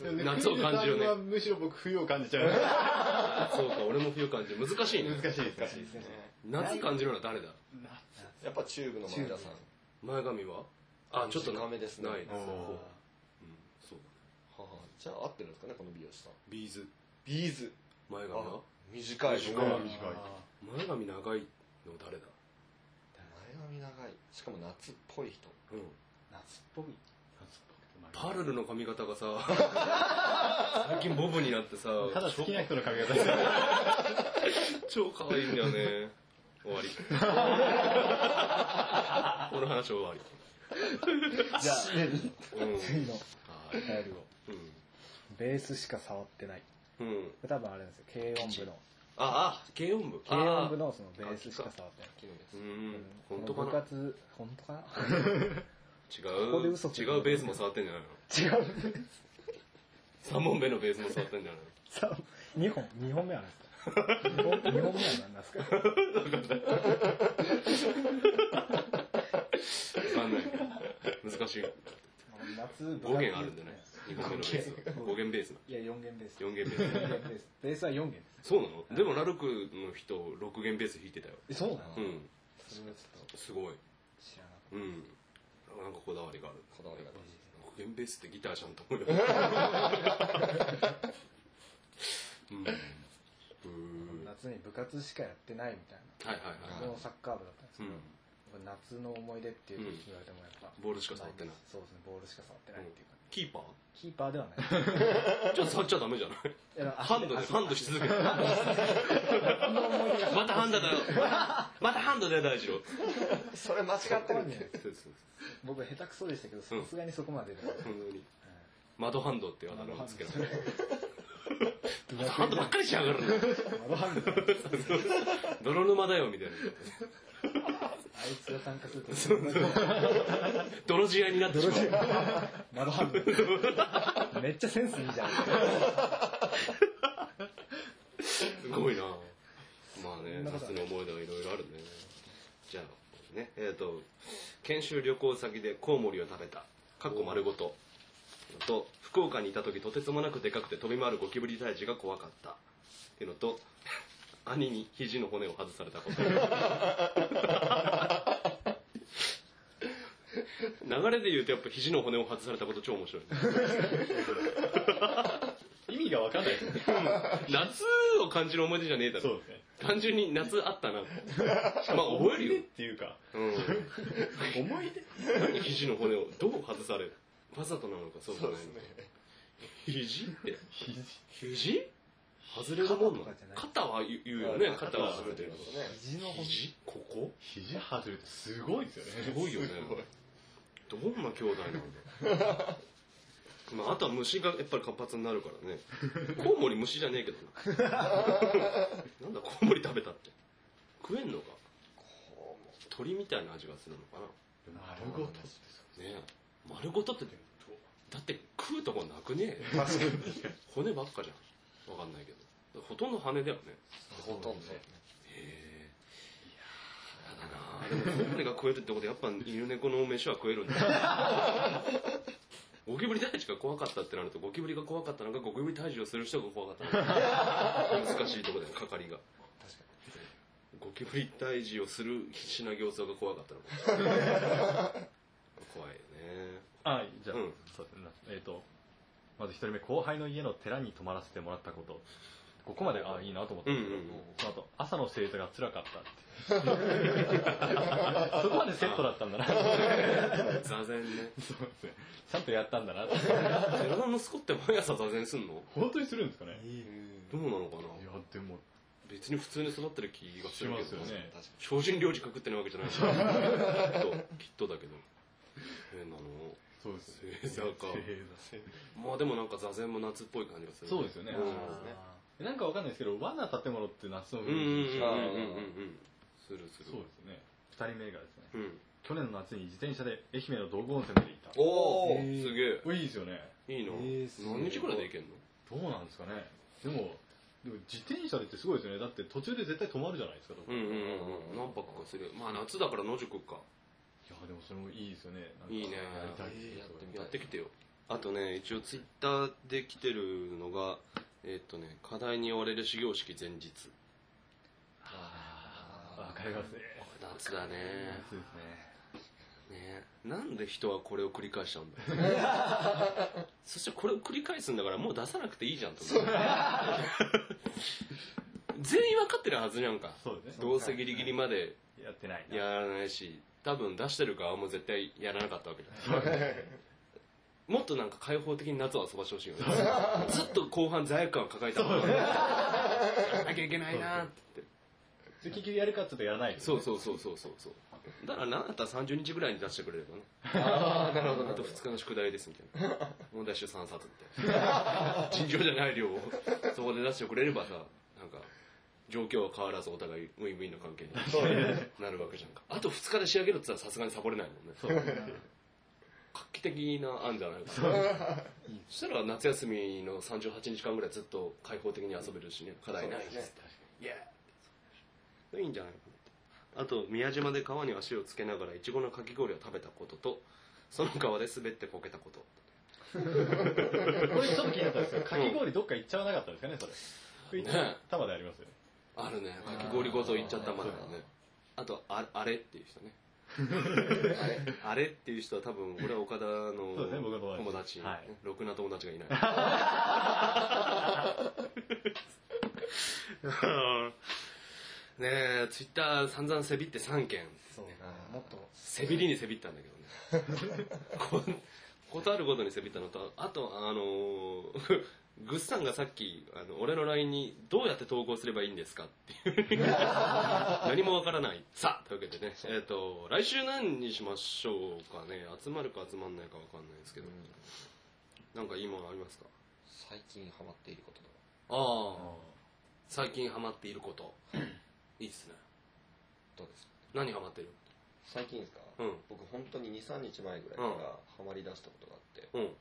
でも
夏を感じるね
藤井さんはむしろ僕冬を感じちゃう。難
かそうか俺も冬感じる難しいね
しいですか。
いいですね
夏感じるのは誰だ
やっぱチューブの前田さん
前髪はあちょっとな
短めですね
ないです
あー
そううんそう
ははじゃあ合ってるんですかねこの美容師さん
ビーズ
ビーズ
前髪
あ
は
短い
短
前
あ
髪
ー短い
前髪長いの誰だ
長いしかも夏っぽい人
うん
夏っぽい。
パルルの髪型 がさ最近ボブになってさ
ただ好きな人の髪型です。
超可愛いんだよ ね終わりこの話終わり
じゃあ、
うん
次の
はい
お便りを。ベースしか触ってない。
うんうん
多分あれなんですよ、軽音部の。
ああ軽音部
軽音部
の
のそのベースしか触ってない。
昨日です
うん
こ
本
の
当か
部
な
活、本当かな
違
こで
う
嘘ついてる
違うベースも触ってんじゃないの
違う。
三本目のベースも触ってんじゃない
さあ、2本、2本目は 何ですか ?2 本二本目は何なんですか
のわかんない難しい
夏、
5
部活
弦あるんだね2本目のベースは5弦ベースない
や、4弦です。
4弦ベ ース
四弦です。ベースは4弦で
そうなのでもラルクの人6弦ベース弾いてたよ
す。そうなの
うん
それはちょっと
すごい
知らなかっ
うんなんかこだわりがある
こだわりが大事ですね
5弦ベースってギターじゃんと思うようんうー
た。夏に部活しかやってないみたい
はいはい
な。
はい
僕のサッカー部だったんです
う
けど、や
ん
っぱ夏の思い出っていうのを言われてもやっぱ。
ボールしか触ってない。
そうですね、ボールしか触ってないっていうか。
キーパ
キーパーではない。
ーじゃあ触っちゃダメじゃない
いや
ハンドで、ハンドし続ける。またハンドだよ。またハンドだよ、大二郎。
それ間違ってるね
そうそう。
僕下手くそでしたけど、さすがにそこまででは。
本当に。窓ハンドっていうあだ名をつけられる。ハンドばっかりしやが る
窓ハンド。
泥沼だよ、みたいな。
あいつが参加すると、 そんなに
泥仕合になってしまう。
窓ハンド。めっちゃセンスいいじゃん。
すごいなまあね、
そんなことは
夏の思い出はいろいろあるね。じゃあ、ね、えっ、と、研修旅行先でコウモリを食べた、かっこ丸ごと。のと、福岡にいた時とてつもなくでかくて飛び回るゴキブリ退治が怖かった。っていうのと、兄に肘の骨を外されたこと。流れで言うとやっぱ肘の骨を外されたこと超面白い。
意味がわかんないですね。
夏を感じる思い出じゃねえだ
そ
ろ。
うですね。
単純に夏あったな。まあ覚える
思い出
よ
っ。ていうか、
う
思い出
ん。何肘の骨をどう外されるわざとなのかそうじゃ
そう
な
で
い
す
の
ね
か。。肘って。
肘
肘外れるもんなの
肩とかじゃない
肩は言うよね。肩は
外
外れてる
ますね。
肘の骨
肘ここ
肘外れてすごいですよね。
すごいよね
すごい
どんな兄弟なんだまあ、あとは虫がやっぱり活発になるからね。コウモリ虫じゃねえけど な。なんだコウモリ食べたって。食えんのか鳥みたいな味がするのか
丸ごとです
なねえ。丸ごとって、だって食うとこなくねえ。
確かに。
骨ばっかじゃん。わかんないけど。ほとんど羽だよね。
ほとんどね。
へえ。やだなでもコウモリが食えるってことはやっぱ犬猫の飯は食えるんだ。ゴキブリ退治が怖かったってなるとゴキブリが怖かったのかゴキブリ退治をする人が怖かったのか難しいとこだよ係がゴキブリ退治をする必死な行走が怖かったのか怖いよね
はい、じゃあ、
うん
そうですねえっ、と、まず一人目、後輩の家の寺に泊まらせてもらったこと。ここまで、あ、いいなと思ったんですけど、
うんうんうん
その後、朝の正座が辛かったって。 そこまでセットだったんだな。
座禅ね
そうですね。ちゃんとやったんだなって。
寺の息子って毎朝座禅すんの
本当にするんですかね
どうなのかない
や、でも、
別に普通に育ってる気がす
し
るけ
ま
ど
すよね。
確か
精進料理しか食ってないわけじゃないしきっときっとだけど変なの
そうですね。
正座か
正
まあでもなんか座禅も夏っぽい感じがす
座
る
そうですよね。
うん
なんかわかんないですけど、和な建物って夏の
うん
風
うんうんうん
物詩が
うんうんするする
そうですね。二人目がですね、
うん
去年の夏に自転車で愛媛の道後温泉まで行った。
おお
へー
すげ
おいいですよね。
えいいな
へーすごい
何日ぐらいで行けんの
どうなんですかね。でも、でも自転車でってすごいですよね。だって途中で絶対止まるじゃないですか。どこ
うん
い
うんうんうん何泊かするまあ夏だから野宿か
や、でもそれもいいですよね。なんか
いいね
やりたいですね
えーやってみ
やってきてよあとね一応ツイッターで来てるのがえっとね課題に追われる始業式前日
あーわかりますね。
夏だね
夏ですね。
ねえなんで人はこれを繰り返しちゃうんだそしてこれを繰り返すんだからもう出さなくていいじゃんと思う 全員分かってるはずじゃんか
そうですね。
どうせギリギリまで
やってないな。
やらないし多分出してる側も絶対やらなかったわけじゃんもっとなんか開放的に夏を遊ばしてほしいよねずっと後半罪悪感を抱えたままやらなきゃいけないなって
で結局やるかって言うとやらないです
そ
ね
うそうそうそうそうそうだから何だったら30日ぐらいに出してくれればね
に。ああ、なるほど。
あと2日の宿題ですみたいな。問題集3冊みたいな。尋常じゃない量をそこで出してくれればさ、なんか、状況は変わらずお互いウィンウィンの関係になるわけじゃんか。あと2日で仕上げるって言ったらさすがにサボれないもんね。画期的な案じゃないかな。そしたら夏休みの38日間ぐらいずっと開放的に遊べるしね、課題ない
そう
で
です
す。いや、いいんじゃないかなって。あと、宮島で川に足をつけながらイチゴのかき氷を食べたことと、その川で滑ってこけたこと。
これちょっと気になったんですけど、かき氷どっか行っちゃわなかったんですかね、それ。これ行っちゃう
ね
玉でありますよね。
あるね。かき氷ごと行っちゃったまでだね。あと、ああれっていう 人ね。あれっていう人は多分、俺は岡田
そうですね僕の
の
友
友
達
達、
はい
ろくな友達が いない。 ねえ、ツイッター散々せびって3件。
そうもっと
背びりにせびったんだけど ねこ。ことあるごとにせびったのと、あと、あのーぐっさんがさっき、あの俺の LINE にどうやって投稿すればいいんですかっていう 何もわからない。さあ、というわけでね、えっ、と、来週何にしましょうかね。集まるか集まんないかわかんないですけど、なんかいいものありますか
最近ハマっていることとか
ああ、最近ハマっている こと。いいっすね。
どうですか
何ハマってる
最近ですか
うん。
僕本当に2、3日前ぐらいからハマり出したことがあって、
うん。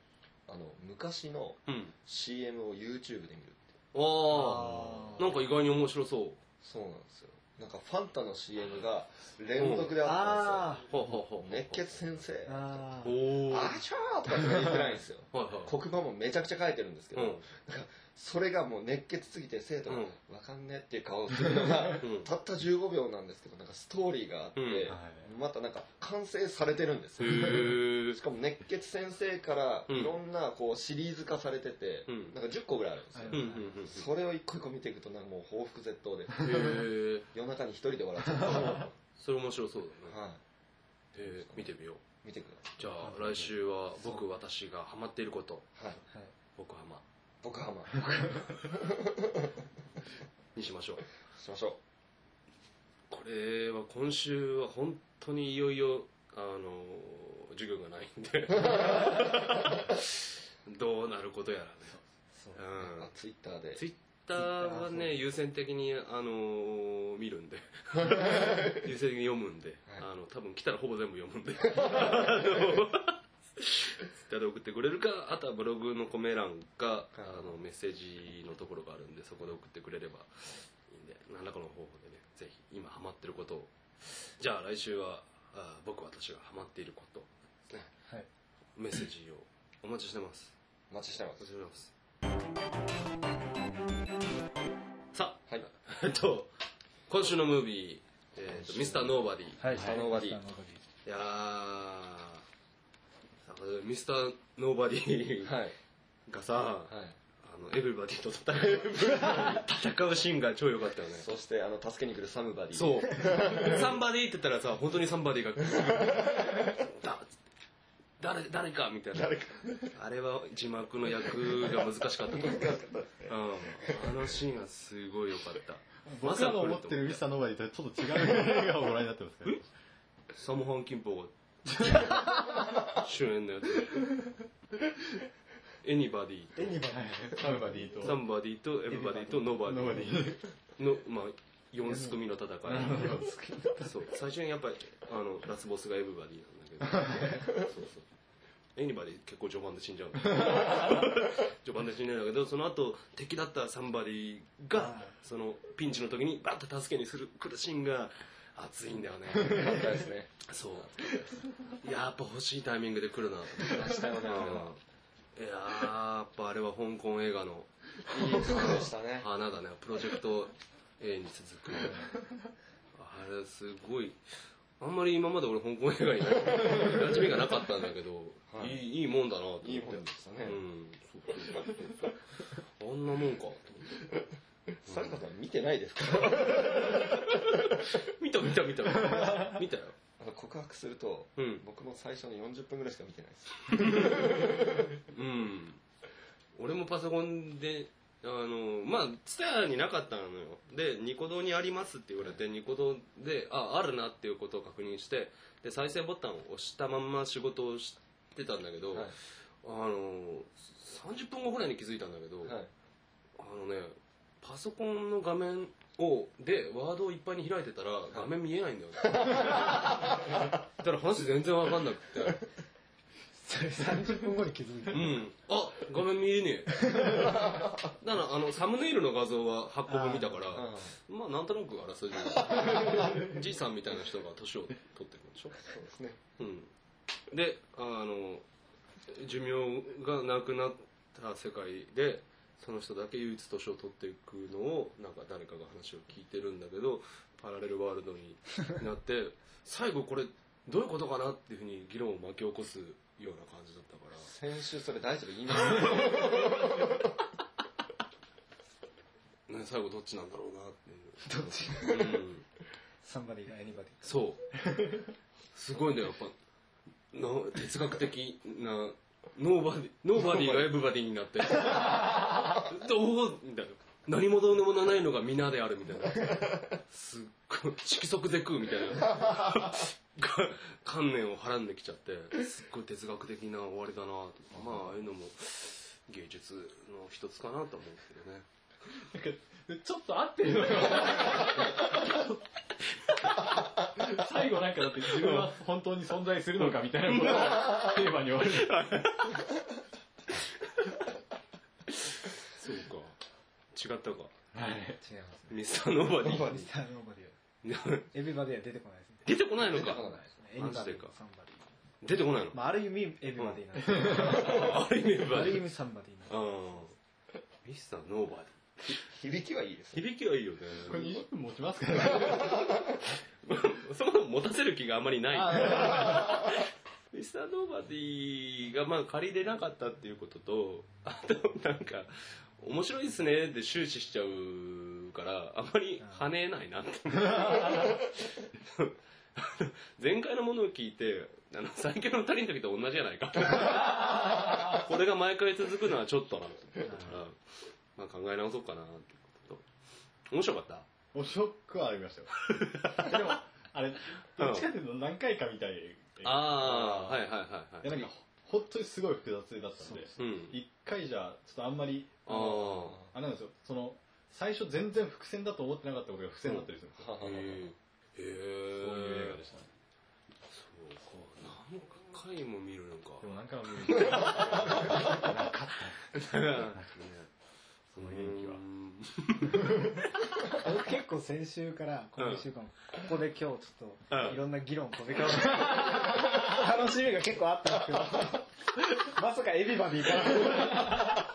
あの、昔の
うん。
CM を YouTube で見るって。
ああ、なんか意外に面白そう。
そうなんですよ。なんかファンタの CM が連続であ
あ
ほうほうほ
ったん
う
ですよ。熱血先生。
ーあ
お
ー
お。はい
あちゃーとかしか言ってないんですよ。
はい。
黒板もめちゃくちゃ書いてるんですけど、
うん。
なんかそれがもう熱血すぎて生徒が
うん
「わかんねえ」っていう顔をするのが
うん
たった15秒なんですけどなんかストーリーがあって、
うん
またなんか完成されてるんですよ
へ
しかも熱血先生から
うん
いろんなこうシリーズ化されてて、
うん
なんか10個ぐらいあるんですよ、
うんうん
それを一個一個見ていくとなんかもう報復 絶倒で
うんうんへえ
夜中に一人で笑っちゃった、は
それ面白そうだね
い、
へえ見てみよう
見てくだ
じゃあ来週は僕私がハマっていること
さい、はい、
僕ハマ
僕はまあ
にしましょう
しましょ
これは今週は本当にいよいよあの授業がないんでどうなることやらね
そう
う
う、
ん
あツイッターで
ツイッターはね優先的にあの見る んで優先的に読むんで、
は
あの多分来たらほぼ全部読むんで あのツイッターで送ってくれるかあとはブログのコメ欄かあのメッセージのところがあるんでそこで送ってくれればいいんで何らかの方法でねぜひ今ハマってることをじゃあ来週はあ僕私がハマっていることですね、
はい
メッセージをお待ちしてます
お待ちしてま
お
す
待ちしてますさあ
はい
えっと、今週のムービー、えっと、ミスターノーバディ。
はい、
スタノーバディ
スタノーバ
いやーミスターノーバディ
はい
がさ、
はい
あの、エブリバディと戦う、戦うシーンが超良かったよね。
そしてあの助けに来るサムバディ
そう。サンバディって言ったらさ、本当にサンバディが、だ誰、誰かみたいな。あれは字幕の役が難しかったと思う。うん。あのシーンがすごい良かった。
僕らの思ってるミスターノーバディとはちょっと違う映画をご覧になってますから、ね、
サムハン・キンポが主演のやつエニバディ
エニバディ、サムバディと、
サムバディとエブバディとノーバデ
ノーバディ。
ィの、まあ、4組の戦いそう最初にやっぱりあのラスボスがエブバディなんだけどそうそうエニバディ結構序盤で死んじゃう序盤で死んじゃうんだけどその後敵だったサンバディがそのピンチの時にバッと助けにする来るシーンが熱いんだよね
よかったですね
そう。いや、やっぱ欲しいタイミングで来るなと思って。
したよねあれはい
やー、やっぱあれは香港映画の
いい作でした ね
花だね。プロジェクト A に続く。あれ、すごい。あんまり今まで俺香港映画に馴染みがなかったんだけど、
はい
い、いいいもんだなと思って。
いいもんでした
う
ね、
ん。そうそうそうそうあんなもんかと思って。
サムバディ見てないですから
見た見た見た。見たよ。
あの告白すると
うん。
僕も最初の40分ぐらいしか見てないです
うん。俺もパソコンで、あの、まあ、ツタヤになかったのよ。で、ニコ動にありますって言われて、ニコ動で、あ、あるなっていうことを確認して、で、再生ボタンを押したまんま仕事をしてたんだけど、
はい
あの、30分後ぐらいに気づいたんだけど、
はい
あのね、パソコンの画面を、で、ワードをいっぱいに開いてたら、画面見えないんだよね。だから話全然わかんなくて。
ディ。それ30分後に気づいた。
うん。あ、画面見えねえ。だから、あの、サムネイルの画像は発行部見たから、
うん
まあ、なんとなくあらすじはじいさんみたいな人が年を取ってるんでしょ
そうですね
うん。で、あの、寿命がなくなった世界で、その人だけ唯一年を取っていくのを、なんか誰かが話を聞いてるんだけど、パラレルワールドになって、 最後これ、どういうことかなっていうふうに議論を巻き起こすような感じだったから。
先週それ大丈夫言いま した
ね、最後どっちなんだろうなっ
どっち
ていう、うん、
サンバディがエニバデ
そうすごいねやっぱな哲学的なノーバディノーバディがエブバディになってどうみたいな何もどうでもならないのが皆であるみたいなすっごい色即是空みたいなが観念をはらんできちゃってすっごい哲学的な終わりだなとまあああいうのも芸術の一つかなと思うけどね
ちょっと合ってるのよ。最後なんかだって自分は本当に存在するのかみたいなことがテーマに終わる。
そうか違ったか
はい。
ィ。違いますね。
ミスターノーバディ
ミスターノーバディ
な
は。エビバディは出てこないですね。
出てこないの
出
か
てこない
エニ
マ
バ
ジ
デ
で
ィ
か、
サンバディ。
出てこないの
まあ、ある意味エビバディなんですけ
ある意味
ど、あ
バ
る
デ
意
ィ
味サンバディなんで
あミスターノーバデ
響きはいいです
ィ。響きはいいよね。
これ20分持ちますからね。
そもそも持たせる気があんまりない。
あ
ミスターノーバディがまあ借りれなかったっていうことと、あとなんか、面白いですねって終始しちゃうから、あんまり跳ねないなって。 前回のものを聞いて、あの、最強の二人の時と同じじゃないか。 これが毎回続くのはちょっとなって思ったから、まあ考え直そうかなってことと。面白かった
ーショックはありました よ。でも、あれ、どっちかっていうと何回かみたいで。
ああ、はいはいはい
いや、
は。
ないんか、本当にすごい複雑だったんで、
うん。
一回じゃ、ちょっとあんまり、
ああ。
あれなんですよ、その、最初全然伏線だと思ってなかったことが伏線だったりするんですよ。
ははは
へ
そういう映画で
え。
したね。
そうか。何回も見るのか。
でも何回も 見る。その元気は。
僕結構先週から、この1週間、ここで今日ちょっ
うん
と、いろんな議論を飛び交う。楽しみが結構あったんですけど、まさかエビバディから。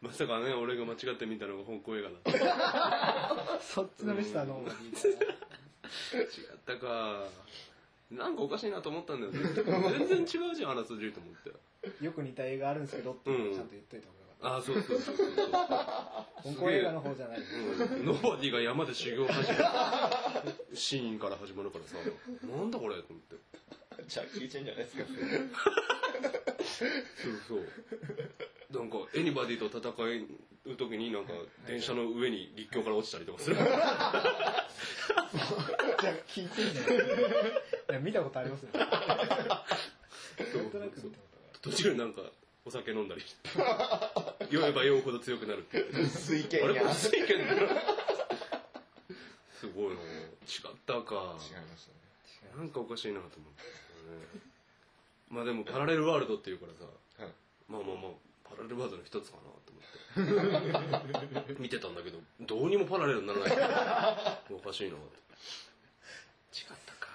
まさかね、俺が間違って見たのが香港映画だ。違っ
そっちのミスターノーバディみたいな
たか。なんかおかしいなと思ったんだよね。全然違うじゃん、あらすじと思って。
よく似た映画あるんですけどっていうのをちゃんと言っといた方がよ
ああ、そ
か
うそうそうそうそう。
った。香港映画の方じゃない。
うんノーバディが山で修行を始めるシーンから始まるからさ、なんだこれと思って。
ジャッキーチェンじゃないですか。
そうそう。なんか、エニバディと戦う時になんか、電車の上に立教から落ちたりとかする。
じゃあ聞いてんじゃないいや見たことありますよ。なんとなく見たことある
途中なんか、お酒飲んだり。酔えば酔うほど強くなるっていう。
水
あ
拳
れこれ
が。違い
水拳だな。すごいな違ったか
ま。したね。
なんかおかしいなと思って、ね。まあでも、パラレルワールドっていうからさ、
はい
まあまあまあ、パラレルワールドの一つかなと思って。見てたんだけど、どうにもパラレルにならない。おかしいなって。違ったか。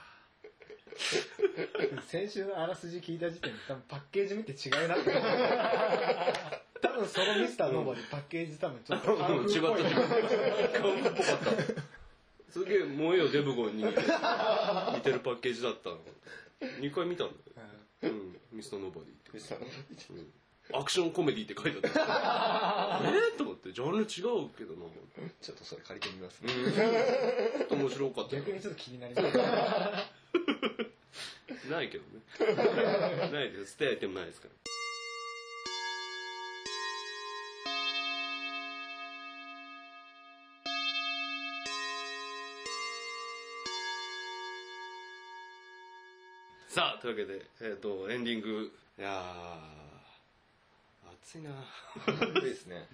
先週のあらすじ聞いた時点で多分パッケージ見て違うなって思った。多分そのミスターノーバディパッケージ多分ちょっと
違った
韓風
違
っぽい
った。韓国っぽかった。すげえ、燃えよデブゴンに似てる似てるパッケージだったの。2回見たんだよ。うん、ミスターノーバディって。
ミスターノー
アクションコメディって書いてあった。えーと思って、ジャンル違うけどな。
ちょっとそれ借りてみます。
うんちょっと面白かったよ。
逆にちょっと気になりますね。
ないけど ね。ないです。捨てられてもないですから。さあ、というわけで、えっ、と、エンディング。いやー、暑いな
暑いですね。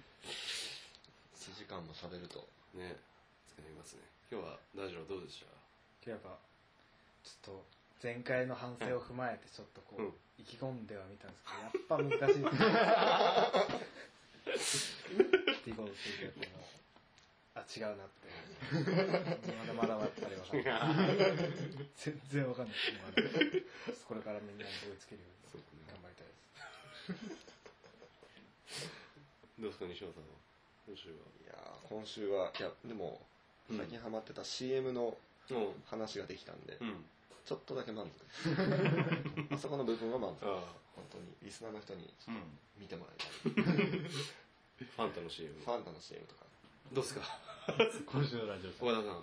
1時間も喋ると。
ね、疲れますね。今日はラジオどうでした
やっぱ、ちょっと前回の反省を踏まえてちょっとこ
うん
う、意気込んではみたんですけど、やっぱ難しいですね。っていうことを聞いて、もうあ、違うなって。まだまだやっぱりわかんない。全然わかんないです。まだこれからみんなに追いつけるように頑張りたいです。
どうですか、西尾さんは。今週
いやー今週は、いや、でも、
うん
最近ハマってた CM の
は。
話ができたんで、
うん。うん。
ちょっとだけ満 足です。あそこの部分は満足。
あ
本当に、リスナーの人に見てもらいたい。
あ、ファンタの CM。
ファンタの CM とか。
どうですか
今週のラジオちゃん。
岡田さん。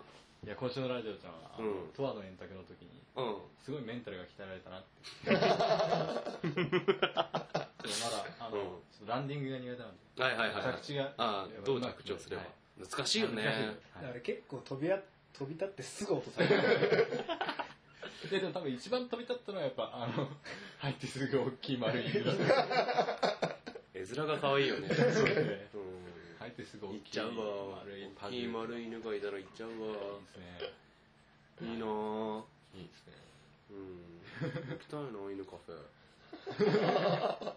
いや、今週のラジオちゃんは、あ
う
の
ん
トワの円卓の時に、
うん。
すごいメンタルが鍛えられたなって。 ちょっとまだ、あの、
うん
ちょっとランディングが苦手なんで、
はいはいはい。
着地が。
ああ、どう着
口
地
を
をすれば。難しいよね。
は
だか
い
ら結構飛びあ飛び立ってすぐ落とされる。
で、でも多分一番飛び立ったのはやっぱ、あの、入ってすぐ大きい丸い犬だった。
絵面が可愛いよね。
そうですね
うん。
入ってすぐ
行
大
っ
きい
ちゃうわ。
丸い
大きい丸い犬がいたら行っちゃうわ。
いですね。
いいなぁ。
いいですね。
うん。行きたいな、犬カフェ。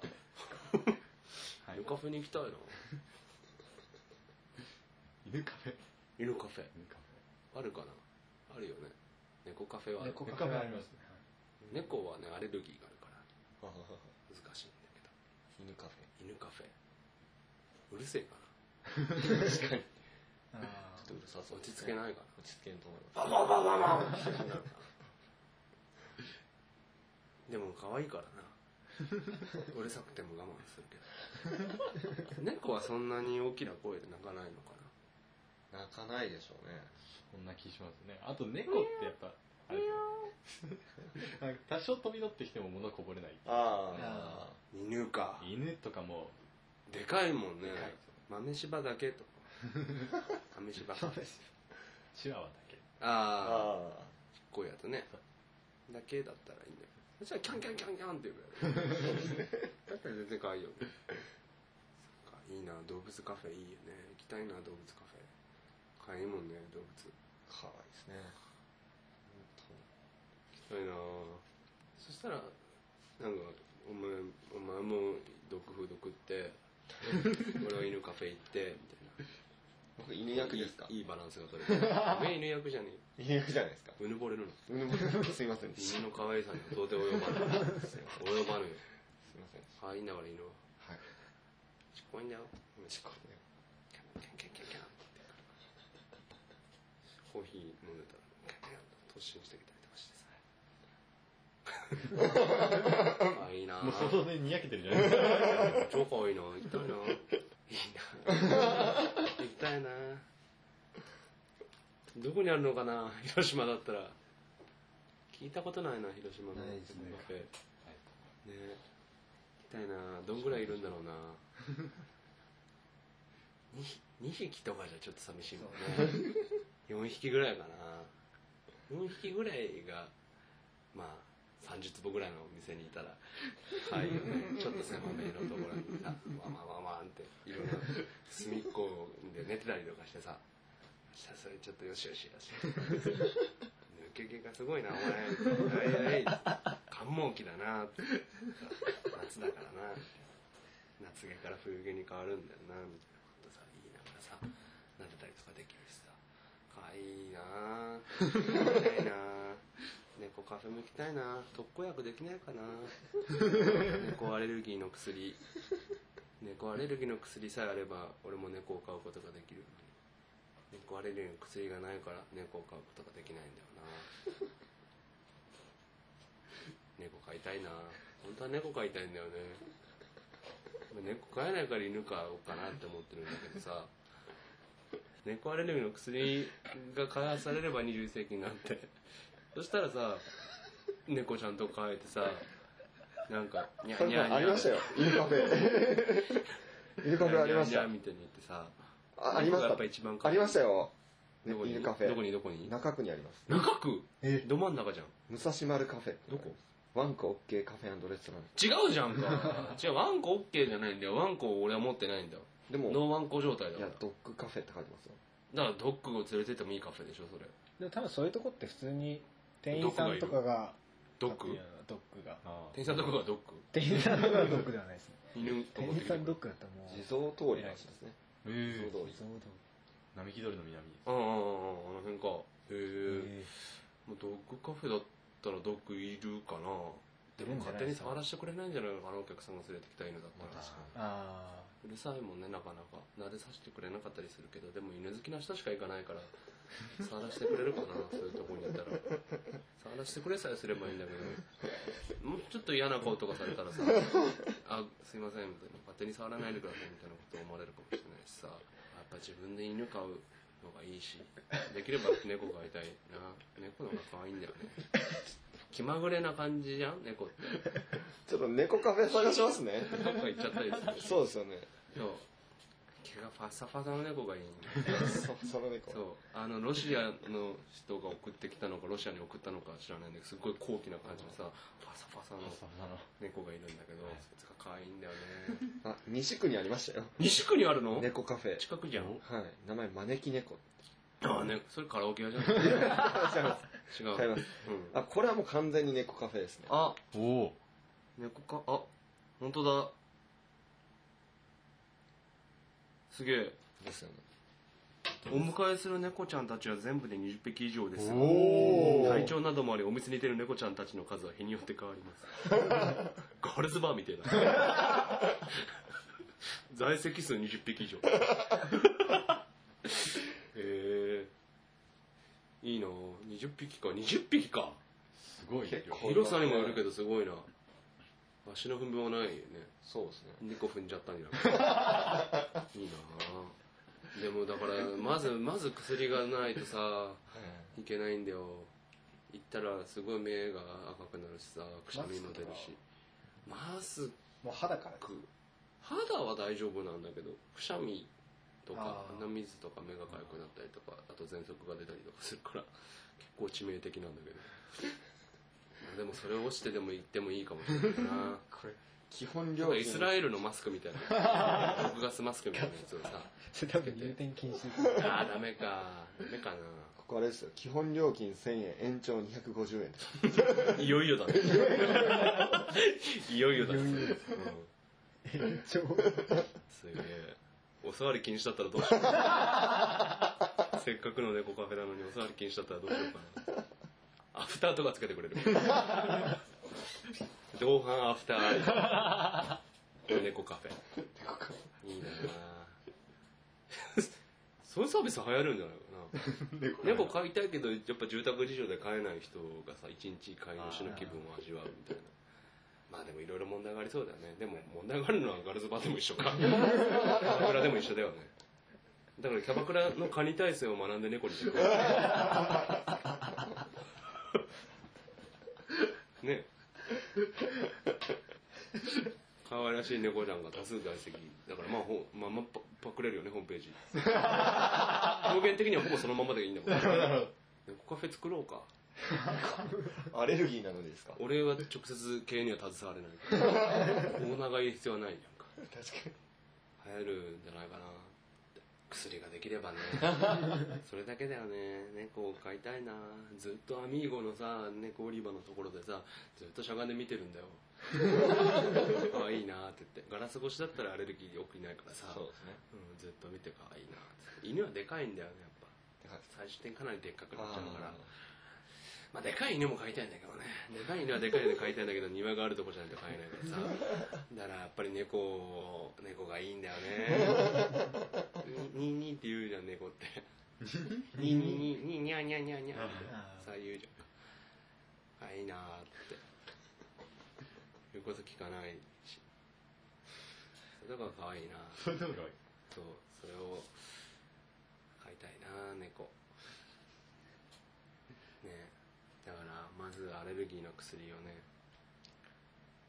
はい
犬カフェに行きたいな。
犬カフェ
犬カフェ。
犬カ
あるかなあるよね。猫カフェはある。
猫
フェ。
カフェあ
あり
りま
ますすね。
猫はね、アレルギーがあるから、難しいんだけど。犬カフェうるせえか
確かに。
あ
ちょっとうるさそ
な
う
落
で
ち
す
着
ね、
けないか
落ち着けんと思いま
な
す。
バババババでも可愛いからなうるさくても我慢するけど猫はそんなに大きな声で鳴かないのかな
泣かないでしょうね。
そんな気しますね。あと猫ってやっぱ、あれですねなんか多少飛び乗ってきても物こぼれない。
あ
犬か
犬とかも、
でかいもんね
でかい
豆柴だけとか豆柴か
チワワだけ。
あ。
ああ
あ
こういうやつねだけだったらいいんだよそしたらキャンキャンキャンキャンって言うからだったら全然可愛いよねそっかいいな動物カフェいいよね行きたいな動物カフェ可愛いもんね動物行
あ。かわいいですね。
きたいなそしたらなんかお前お前もドッグフード食って俺は犬カフェ行ってみたいな
僕、犬役ですか
いいいいバランスが取れてるおめえ犬役じゃねえよ
犬役じゃないですか。
うぬぼれるの
うん すいませんでした。
犬の可愛さには到底及ばない及ばぬよ
すいませんでし
ああいいんだから犬は
た。はい。
ちっこいんだよ
ちっこいね
キャンキャンキャンキャンキャンってコーヒー飲んでたらキャンキャンと突進してきたりとかしてさああいいな
もう想像でにやけてるじゃないですか。
超可愛いな行きたいないいな行きたいなどこにあるのかな広島だったら聞いたことないな広島の
ないですね
カフェね行きたいなどんぐらいいるんだろうな 2, 匹とかじゃちょっと寂しいもんね4匹ぐらいかな4匹ぐらいがまあ30坪ぐらいのお店にいたらはい、ちょっと狭めのところにさ、ワンワンワンワンって、いろんな隅っこで寝てたりとかしてさ、そしたらそれちょっとよしよしよし。抜け毛がすごいな、お前。おいおい、寒毛期だな、って夏だからな、夏毛から冬毛に変わるんだよな、みたいなことさ、言いながらさ、撫でたりとかできるしさ、かわいいなぁ、行きたいなぁ。猫カフェも行きたいな特効薬できないかな猫アレルギーの薬猫アレルギーの薬さえあれば俺も猫を飼うことができるのに猫アレルギーの薬がないから猫を飼うことができないん だよな猫飼いたいな本当は猫飼いたいんだよね猫飼えないから犬飼おうかなって思ってるんだけどさ猫アレルギーの薬が開発されれば21世紀になってそしたらさ猫ちゃんと飼えてさなんかニャ
そ
ン
ん
ニ
な
ャンニャ
んありましたよ。犬 カフェ。犬カフェありまし
ニャ
た
ンニャンニャン。みたいに言ってさ
あありまし
や
た
っぱ。一番
ありましたよ。
どこに
犬カフェ
どこにどこに
中区にあります。
中区
え
ど真ん中じゃん
武蔵丸カフェ。
どこ
ワンコオッケーカフェレストラン。
違うじゃん か違うワンコオッケーじゃないんだよワンコを俺は持ってないんだよ
でも、
ノーワンコ状態だ
い
か
や
ら、
ドッグカフェって書いてますよ。
だからドッグを連れてってもいいカフェでしょそれ
ーでも多分そういうとこって普通に店員さんとかが
ドッグ
いやドッグが
あ
店員さんのとこがドッグ
店員さんとかはドッグではないですね
犬と
店
思ってき
員さ
て
ん
く
ドッ
る
グだったらもう
地蔵通りの話ですね。
え
地
え
蔵通り。
そうだ
並木通りの南です。
うんうんうんうんあの辺かへえ
え
もうドッグカフェだったらドッグいるかなでも勝手に触らせてくれないんじゃないのかなお客さんが連れてきた犬だったら、
ーあ
うるさいもんねなかなか撫でさせてくれなかったりするけどでも犬好きな人しか行かないから触らせてくれるかなそういうとこに行ったら触らせてくれさえすればいいんだけどもうちょっと嫌な顔とかされたらさ「あすいません」みたいな「勝手に触らないでください」みたいなこと思われるかもしれないしさやっぱ自分で犬飼うのがいいしできれば猫飼いたいな猫の方が可愛いんだよね気まぐれな感じじゃん猫って
ちょっと猫カフェ探しますね。
どっか行っちゃったりするし
そうですよね。
そう毛がファサファサの猫がいいんだよ
そその猫。
そうあのロシアの人が送ってきたのかロシアに送ったのか知らないんだけどすごい高貴な感じのさパサパサの猫がいるんだけどそいつが可愛いんだよね
あ、西区にありましたよ。
西区にある の
猫カフェ。
近くじゃん
はい。名前、招き猫。
ああねそれカラオケ屋じゃん 違う
違いま
違、
す。違いうます。
うん、
あ、これはもう完全に猫カフェですね。
あ
おお
猫かあ本当だすげえ
ですよね。
お迎えする猫ちゃんたちは全部で20匹以上です
おー
体調などもありお店にいてる猫ちゃんたちの 数は日によって変わりますガールズバーみたいな在籍数20匹以上へえいいな20匹か20匹か
すごい量
結構
広さにもよるけどすごいな足の踏ん分はないよね
そうですね。
猫踏んじゃったんじゃなくていいなでもだからまずまず薬がないとさいけないんだよ行ったらすごい目が赤くなるしさくしゃみも出るしマス
もう肌から
ク肌は大丈夫なんだけどくしゃみとか
あー
鼻水とか目が痒くなったりとかあと喘息が出たりとかするから結構致命的なんだけどでもそれをしてでも行ってもいいかもしれないな
これ、基本
な
料
んか
金。
イスラエルのマスクみたい な毒ガスマスクみたいなやつをさ
それ多分入店禁止です
ああダメかダメか
ここあれですよ。基本料金1000円、延長250円です。
ないよいよだねいよいよだね
いよいよ
うん
延長
すげえお触り禁止だったらどうしようせっかくの猫カフェなのにお触り禁止だったらどうしようかなアフターとかつけてくれる同伴アフタ ー猫カフェいいなあそういうサービス流行るんじゃないかな 猫飼いたいけどやっぱ住宅事情で飼えない人がさ一日飼い主の気分を味わうみたいなまあでもいろいろ問題がありそうだよね。でも問題があるのはガールズバーでも一緒 か。キャバクラでも一緒だよね。だからキャバクラのカニ体制を学んで猫にして くれ。ね可愛らしい猫ちゃんが多数在籍。だからまあほ、まあ、まあパパクれるよね、ホームページ。表現的にはほぼそのままでいいんだもん。猫カフェ作ろうか。
アレルギーなのですか
俺は直接経営には携われないからオーナーが言う必要はないじゃんか
確か
流行るんじゃないかな薬ができればねそれだけだよね猫を飼いたいなずっとアミーゴのさ猫売り場のところでさずっとしゃがんで見てるんだよ可愛いなって言ってガラス越しだったらアレルギー起きないからさ
に。そうですね。
うん、ずっと見て可愛いなって犬はでかいんだよねやっぱ
でかい
最終的にかなりでっかくなっちゃうから
あ
まあ、でかい犬も飼いたいんだけどね。でかい犬はでかい犬で飼いたいんだけど、庭があるとこじゃないと飼えないからさ。だからやっぱり猫、猫がいいんだよね。に、に、にって言うじゃん、猫って。に、に、に、に、にゃにゃにゃにゃってさ、言うじゃん。あ、いいなーって。言うこと聞かないし。それとか可愛いな
それでもかわいい
そう、それを飼いたいな猫ねだからまずアレルギーの薬をね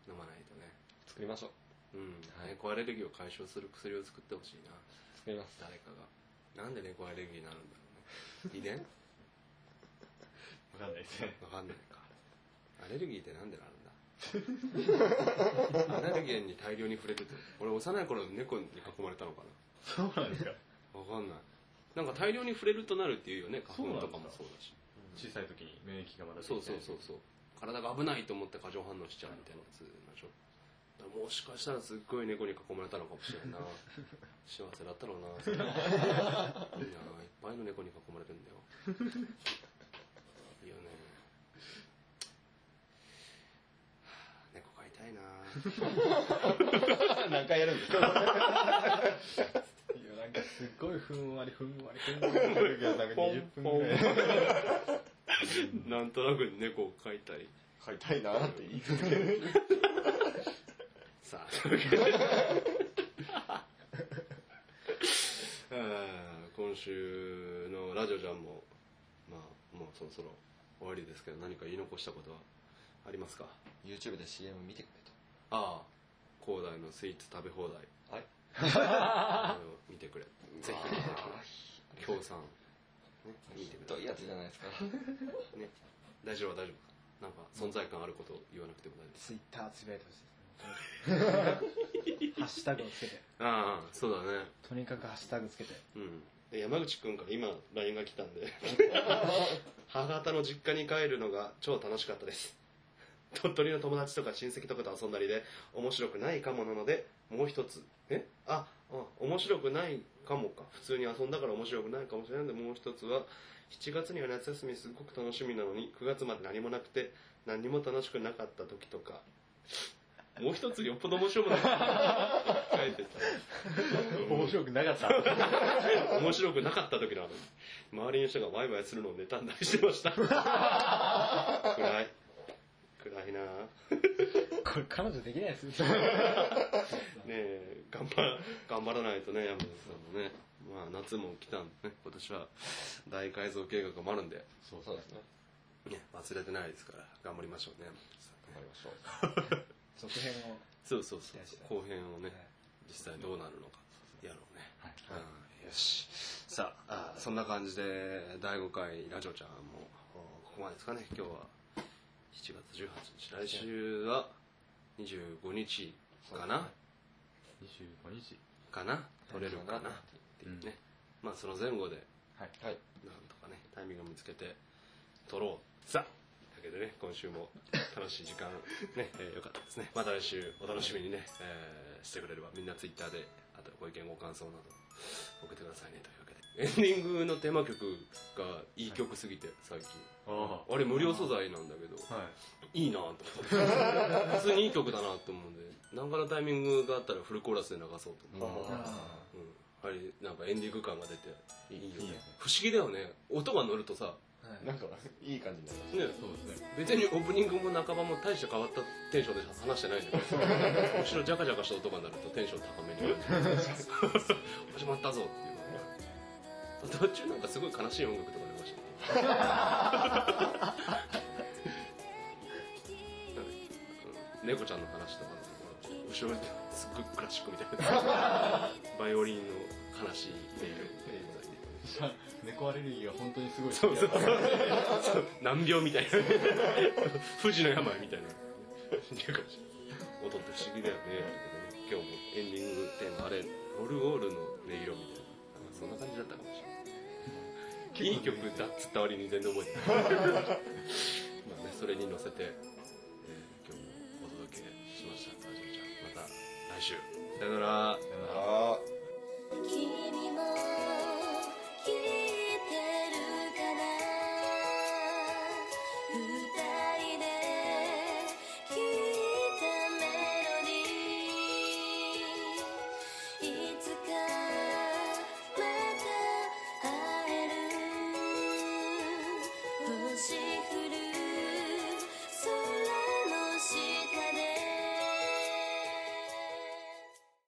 飲まないとね
作りましょ
う
う。
ん、
はい
猫アレルギーを解消する薬を作ってほしいな
作ります。
誰かがなんで猫アレルギーになるんだろうね遺伝
わかんないですね
わかんないかアレルギーってなんでな るんだアレルゲンに大量に触れてて俺幼い頃猫に囲まれたのかな
そうなんですか
わかんない。なんか大量に触れるとなるっていうよね、
そう
花
なん
粉
だ
とかもそうだし。
小さい時に免疫がまだできて
そ
な
う
い
そうそうそう。体が危ないと思って過剰反応しちゃうみたいなやつなんでしょ。だからもしかしたらすっごい猫に囲まれたのかもしれ ないな。幸せだったろうな。いいないっぱいの猫に囲まれてんだよ。いいよね。はぁ猫飼いたいな。
何回やるんですか
いやなんかすっごいふんわりふんわりふんわり
20分ぐらい。
なんとなく猫を飼いたい。
買いたいなーって言い続ける。
さあ、というわけであー今週のラジオじゃんも、まあ、もうそろそろ終わりですけど、何か言い残したことはありますか
YouTube で CM 見てくれと。
ああ、広大のスイーツ食べ放題。
はい
あの見てくれ。ぜひ見てくれ。協賛。ね、見てく
ど
れ。
ういうやつじゃないですか。
ね、大丈夫、大丈夫。なんか存在感あることを言わなくても大丈夫。
ツイッターつぶやいてほしいですねハッシュタグをつけて
ああ、そうだね。
とにかくハッシュタグつけて
うん、で山口くんから今 LINE が来たんで母方の実家に帰るのが超楽しかったです鳥取の友達とか親戚とかと遊んだりで面白くないかもなのでもう一つえああ面白くないかもか普通に遊んだから面白くないかもしれないのでもう一つは7月には夏休みすごく楽しみなのに9月まで何もなくて何も楽しくなかった時とかもう一つよっぽど面白くなかった。書いて
面白くなかった。
た。面白くなかった時の話。周りの人がワイワイするのを妬んだりしてました。暗い。暗いなぁ
これ彼女できないですよ。
ねえ、頑張、頑張らないとね、山田さんもね。まあ、夏も来たんでね、今年は大改造計画もあるんで、
そうそうですね。
ね、忘れてないですから、頑張りましょうね、山田さん
頑張りましょう。
続編を。
そうそうそう
期待したい
後編をね、
はい
実際どうなるのかやろうね、うんよしさああそんな感じで第5回ラジオちゃんもおここまでですかね今日は7月18日来週は25日かな、
25日。
かな取れるかなっていうね、まあその前後で
はい。
はい。
なんとかねタイミングを見つけて撮ろうさあというわけでね今週も楽しい時間ね、 えーよかったですねまた来週お楽しみにね、えーしてくれればみんなツイッターであとご意見ご感想など送ってくださいねというわけでエンディングのテーマ曲がいい曲すぎて最近
あ
あれ無料素材なんだけど
あ。はい。
いいなと思って普通にいい曲だなと思うんで何かのタイミングがあったらフルコーラスで流そうと思って
あ
うん、あれなんかエンディング感が出ていいよ
いいよ
ね
ね
不思議だよね音が乗るとさ、
ーはい
なんか、いい感じになり
ね、
ま
そうですね。
別にオープニングも半ばも大して変わったテンションで話してないんだけど 後ろジャカジャカした音が鳴るとテンション高めになる始まったぞっていうのが途中なんかすごい悲しい音楽とか流してたなんかうん猫ちゃんの話とかなんか後ろですっごいクラシック みたいなバイオリンの悲しい音色みたいな
猫アレルギーが本当にすごい。
そうそうそう難病みたいな 富士の病みたいなっていうか音って不思議だよね今日もエンディングテーマあれオルゴールの音色みたいなそんな感じだったかもしれないいい曲だっつった割に全然覚えてないまあねそれに乗せて、えー今日もお届けしましたラジオちゃんまた来週さよなら
す。ああ。
「君も聞いてるかな」「二人で聴いたメロディー」「いつかまた会える」「星降る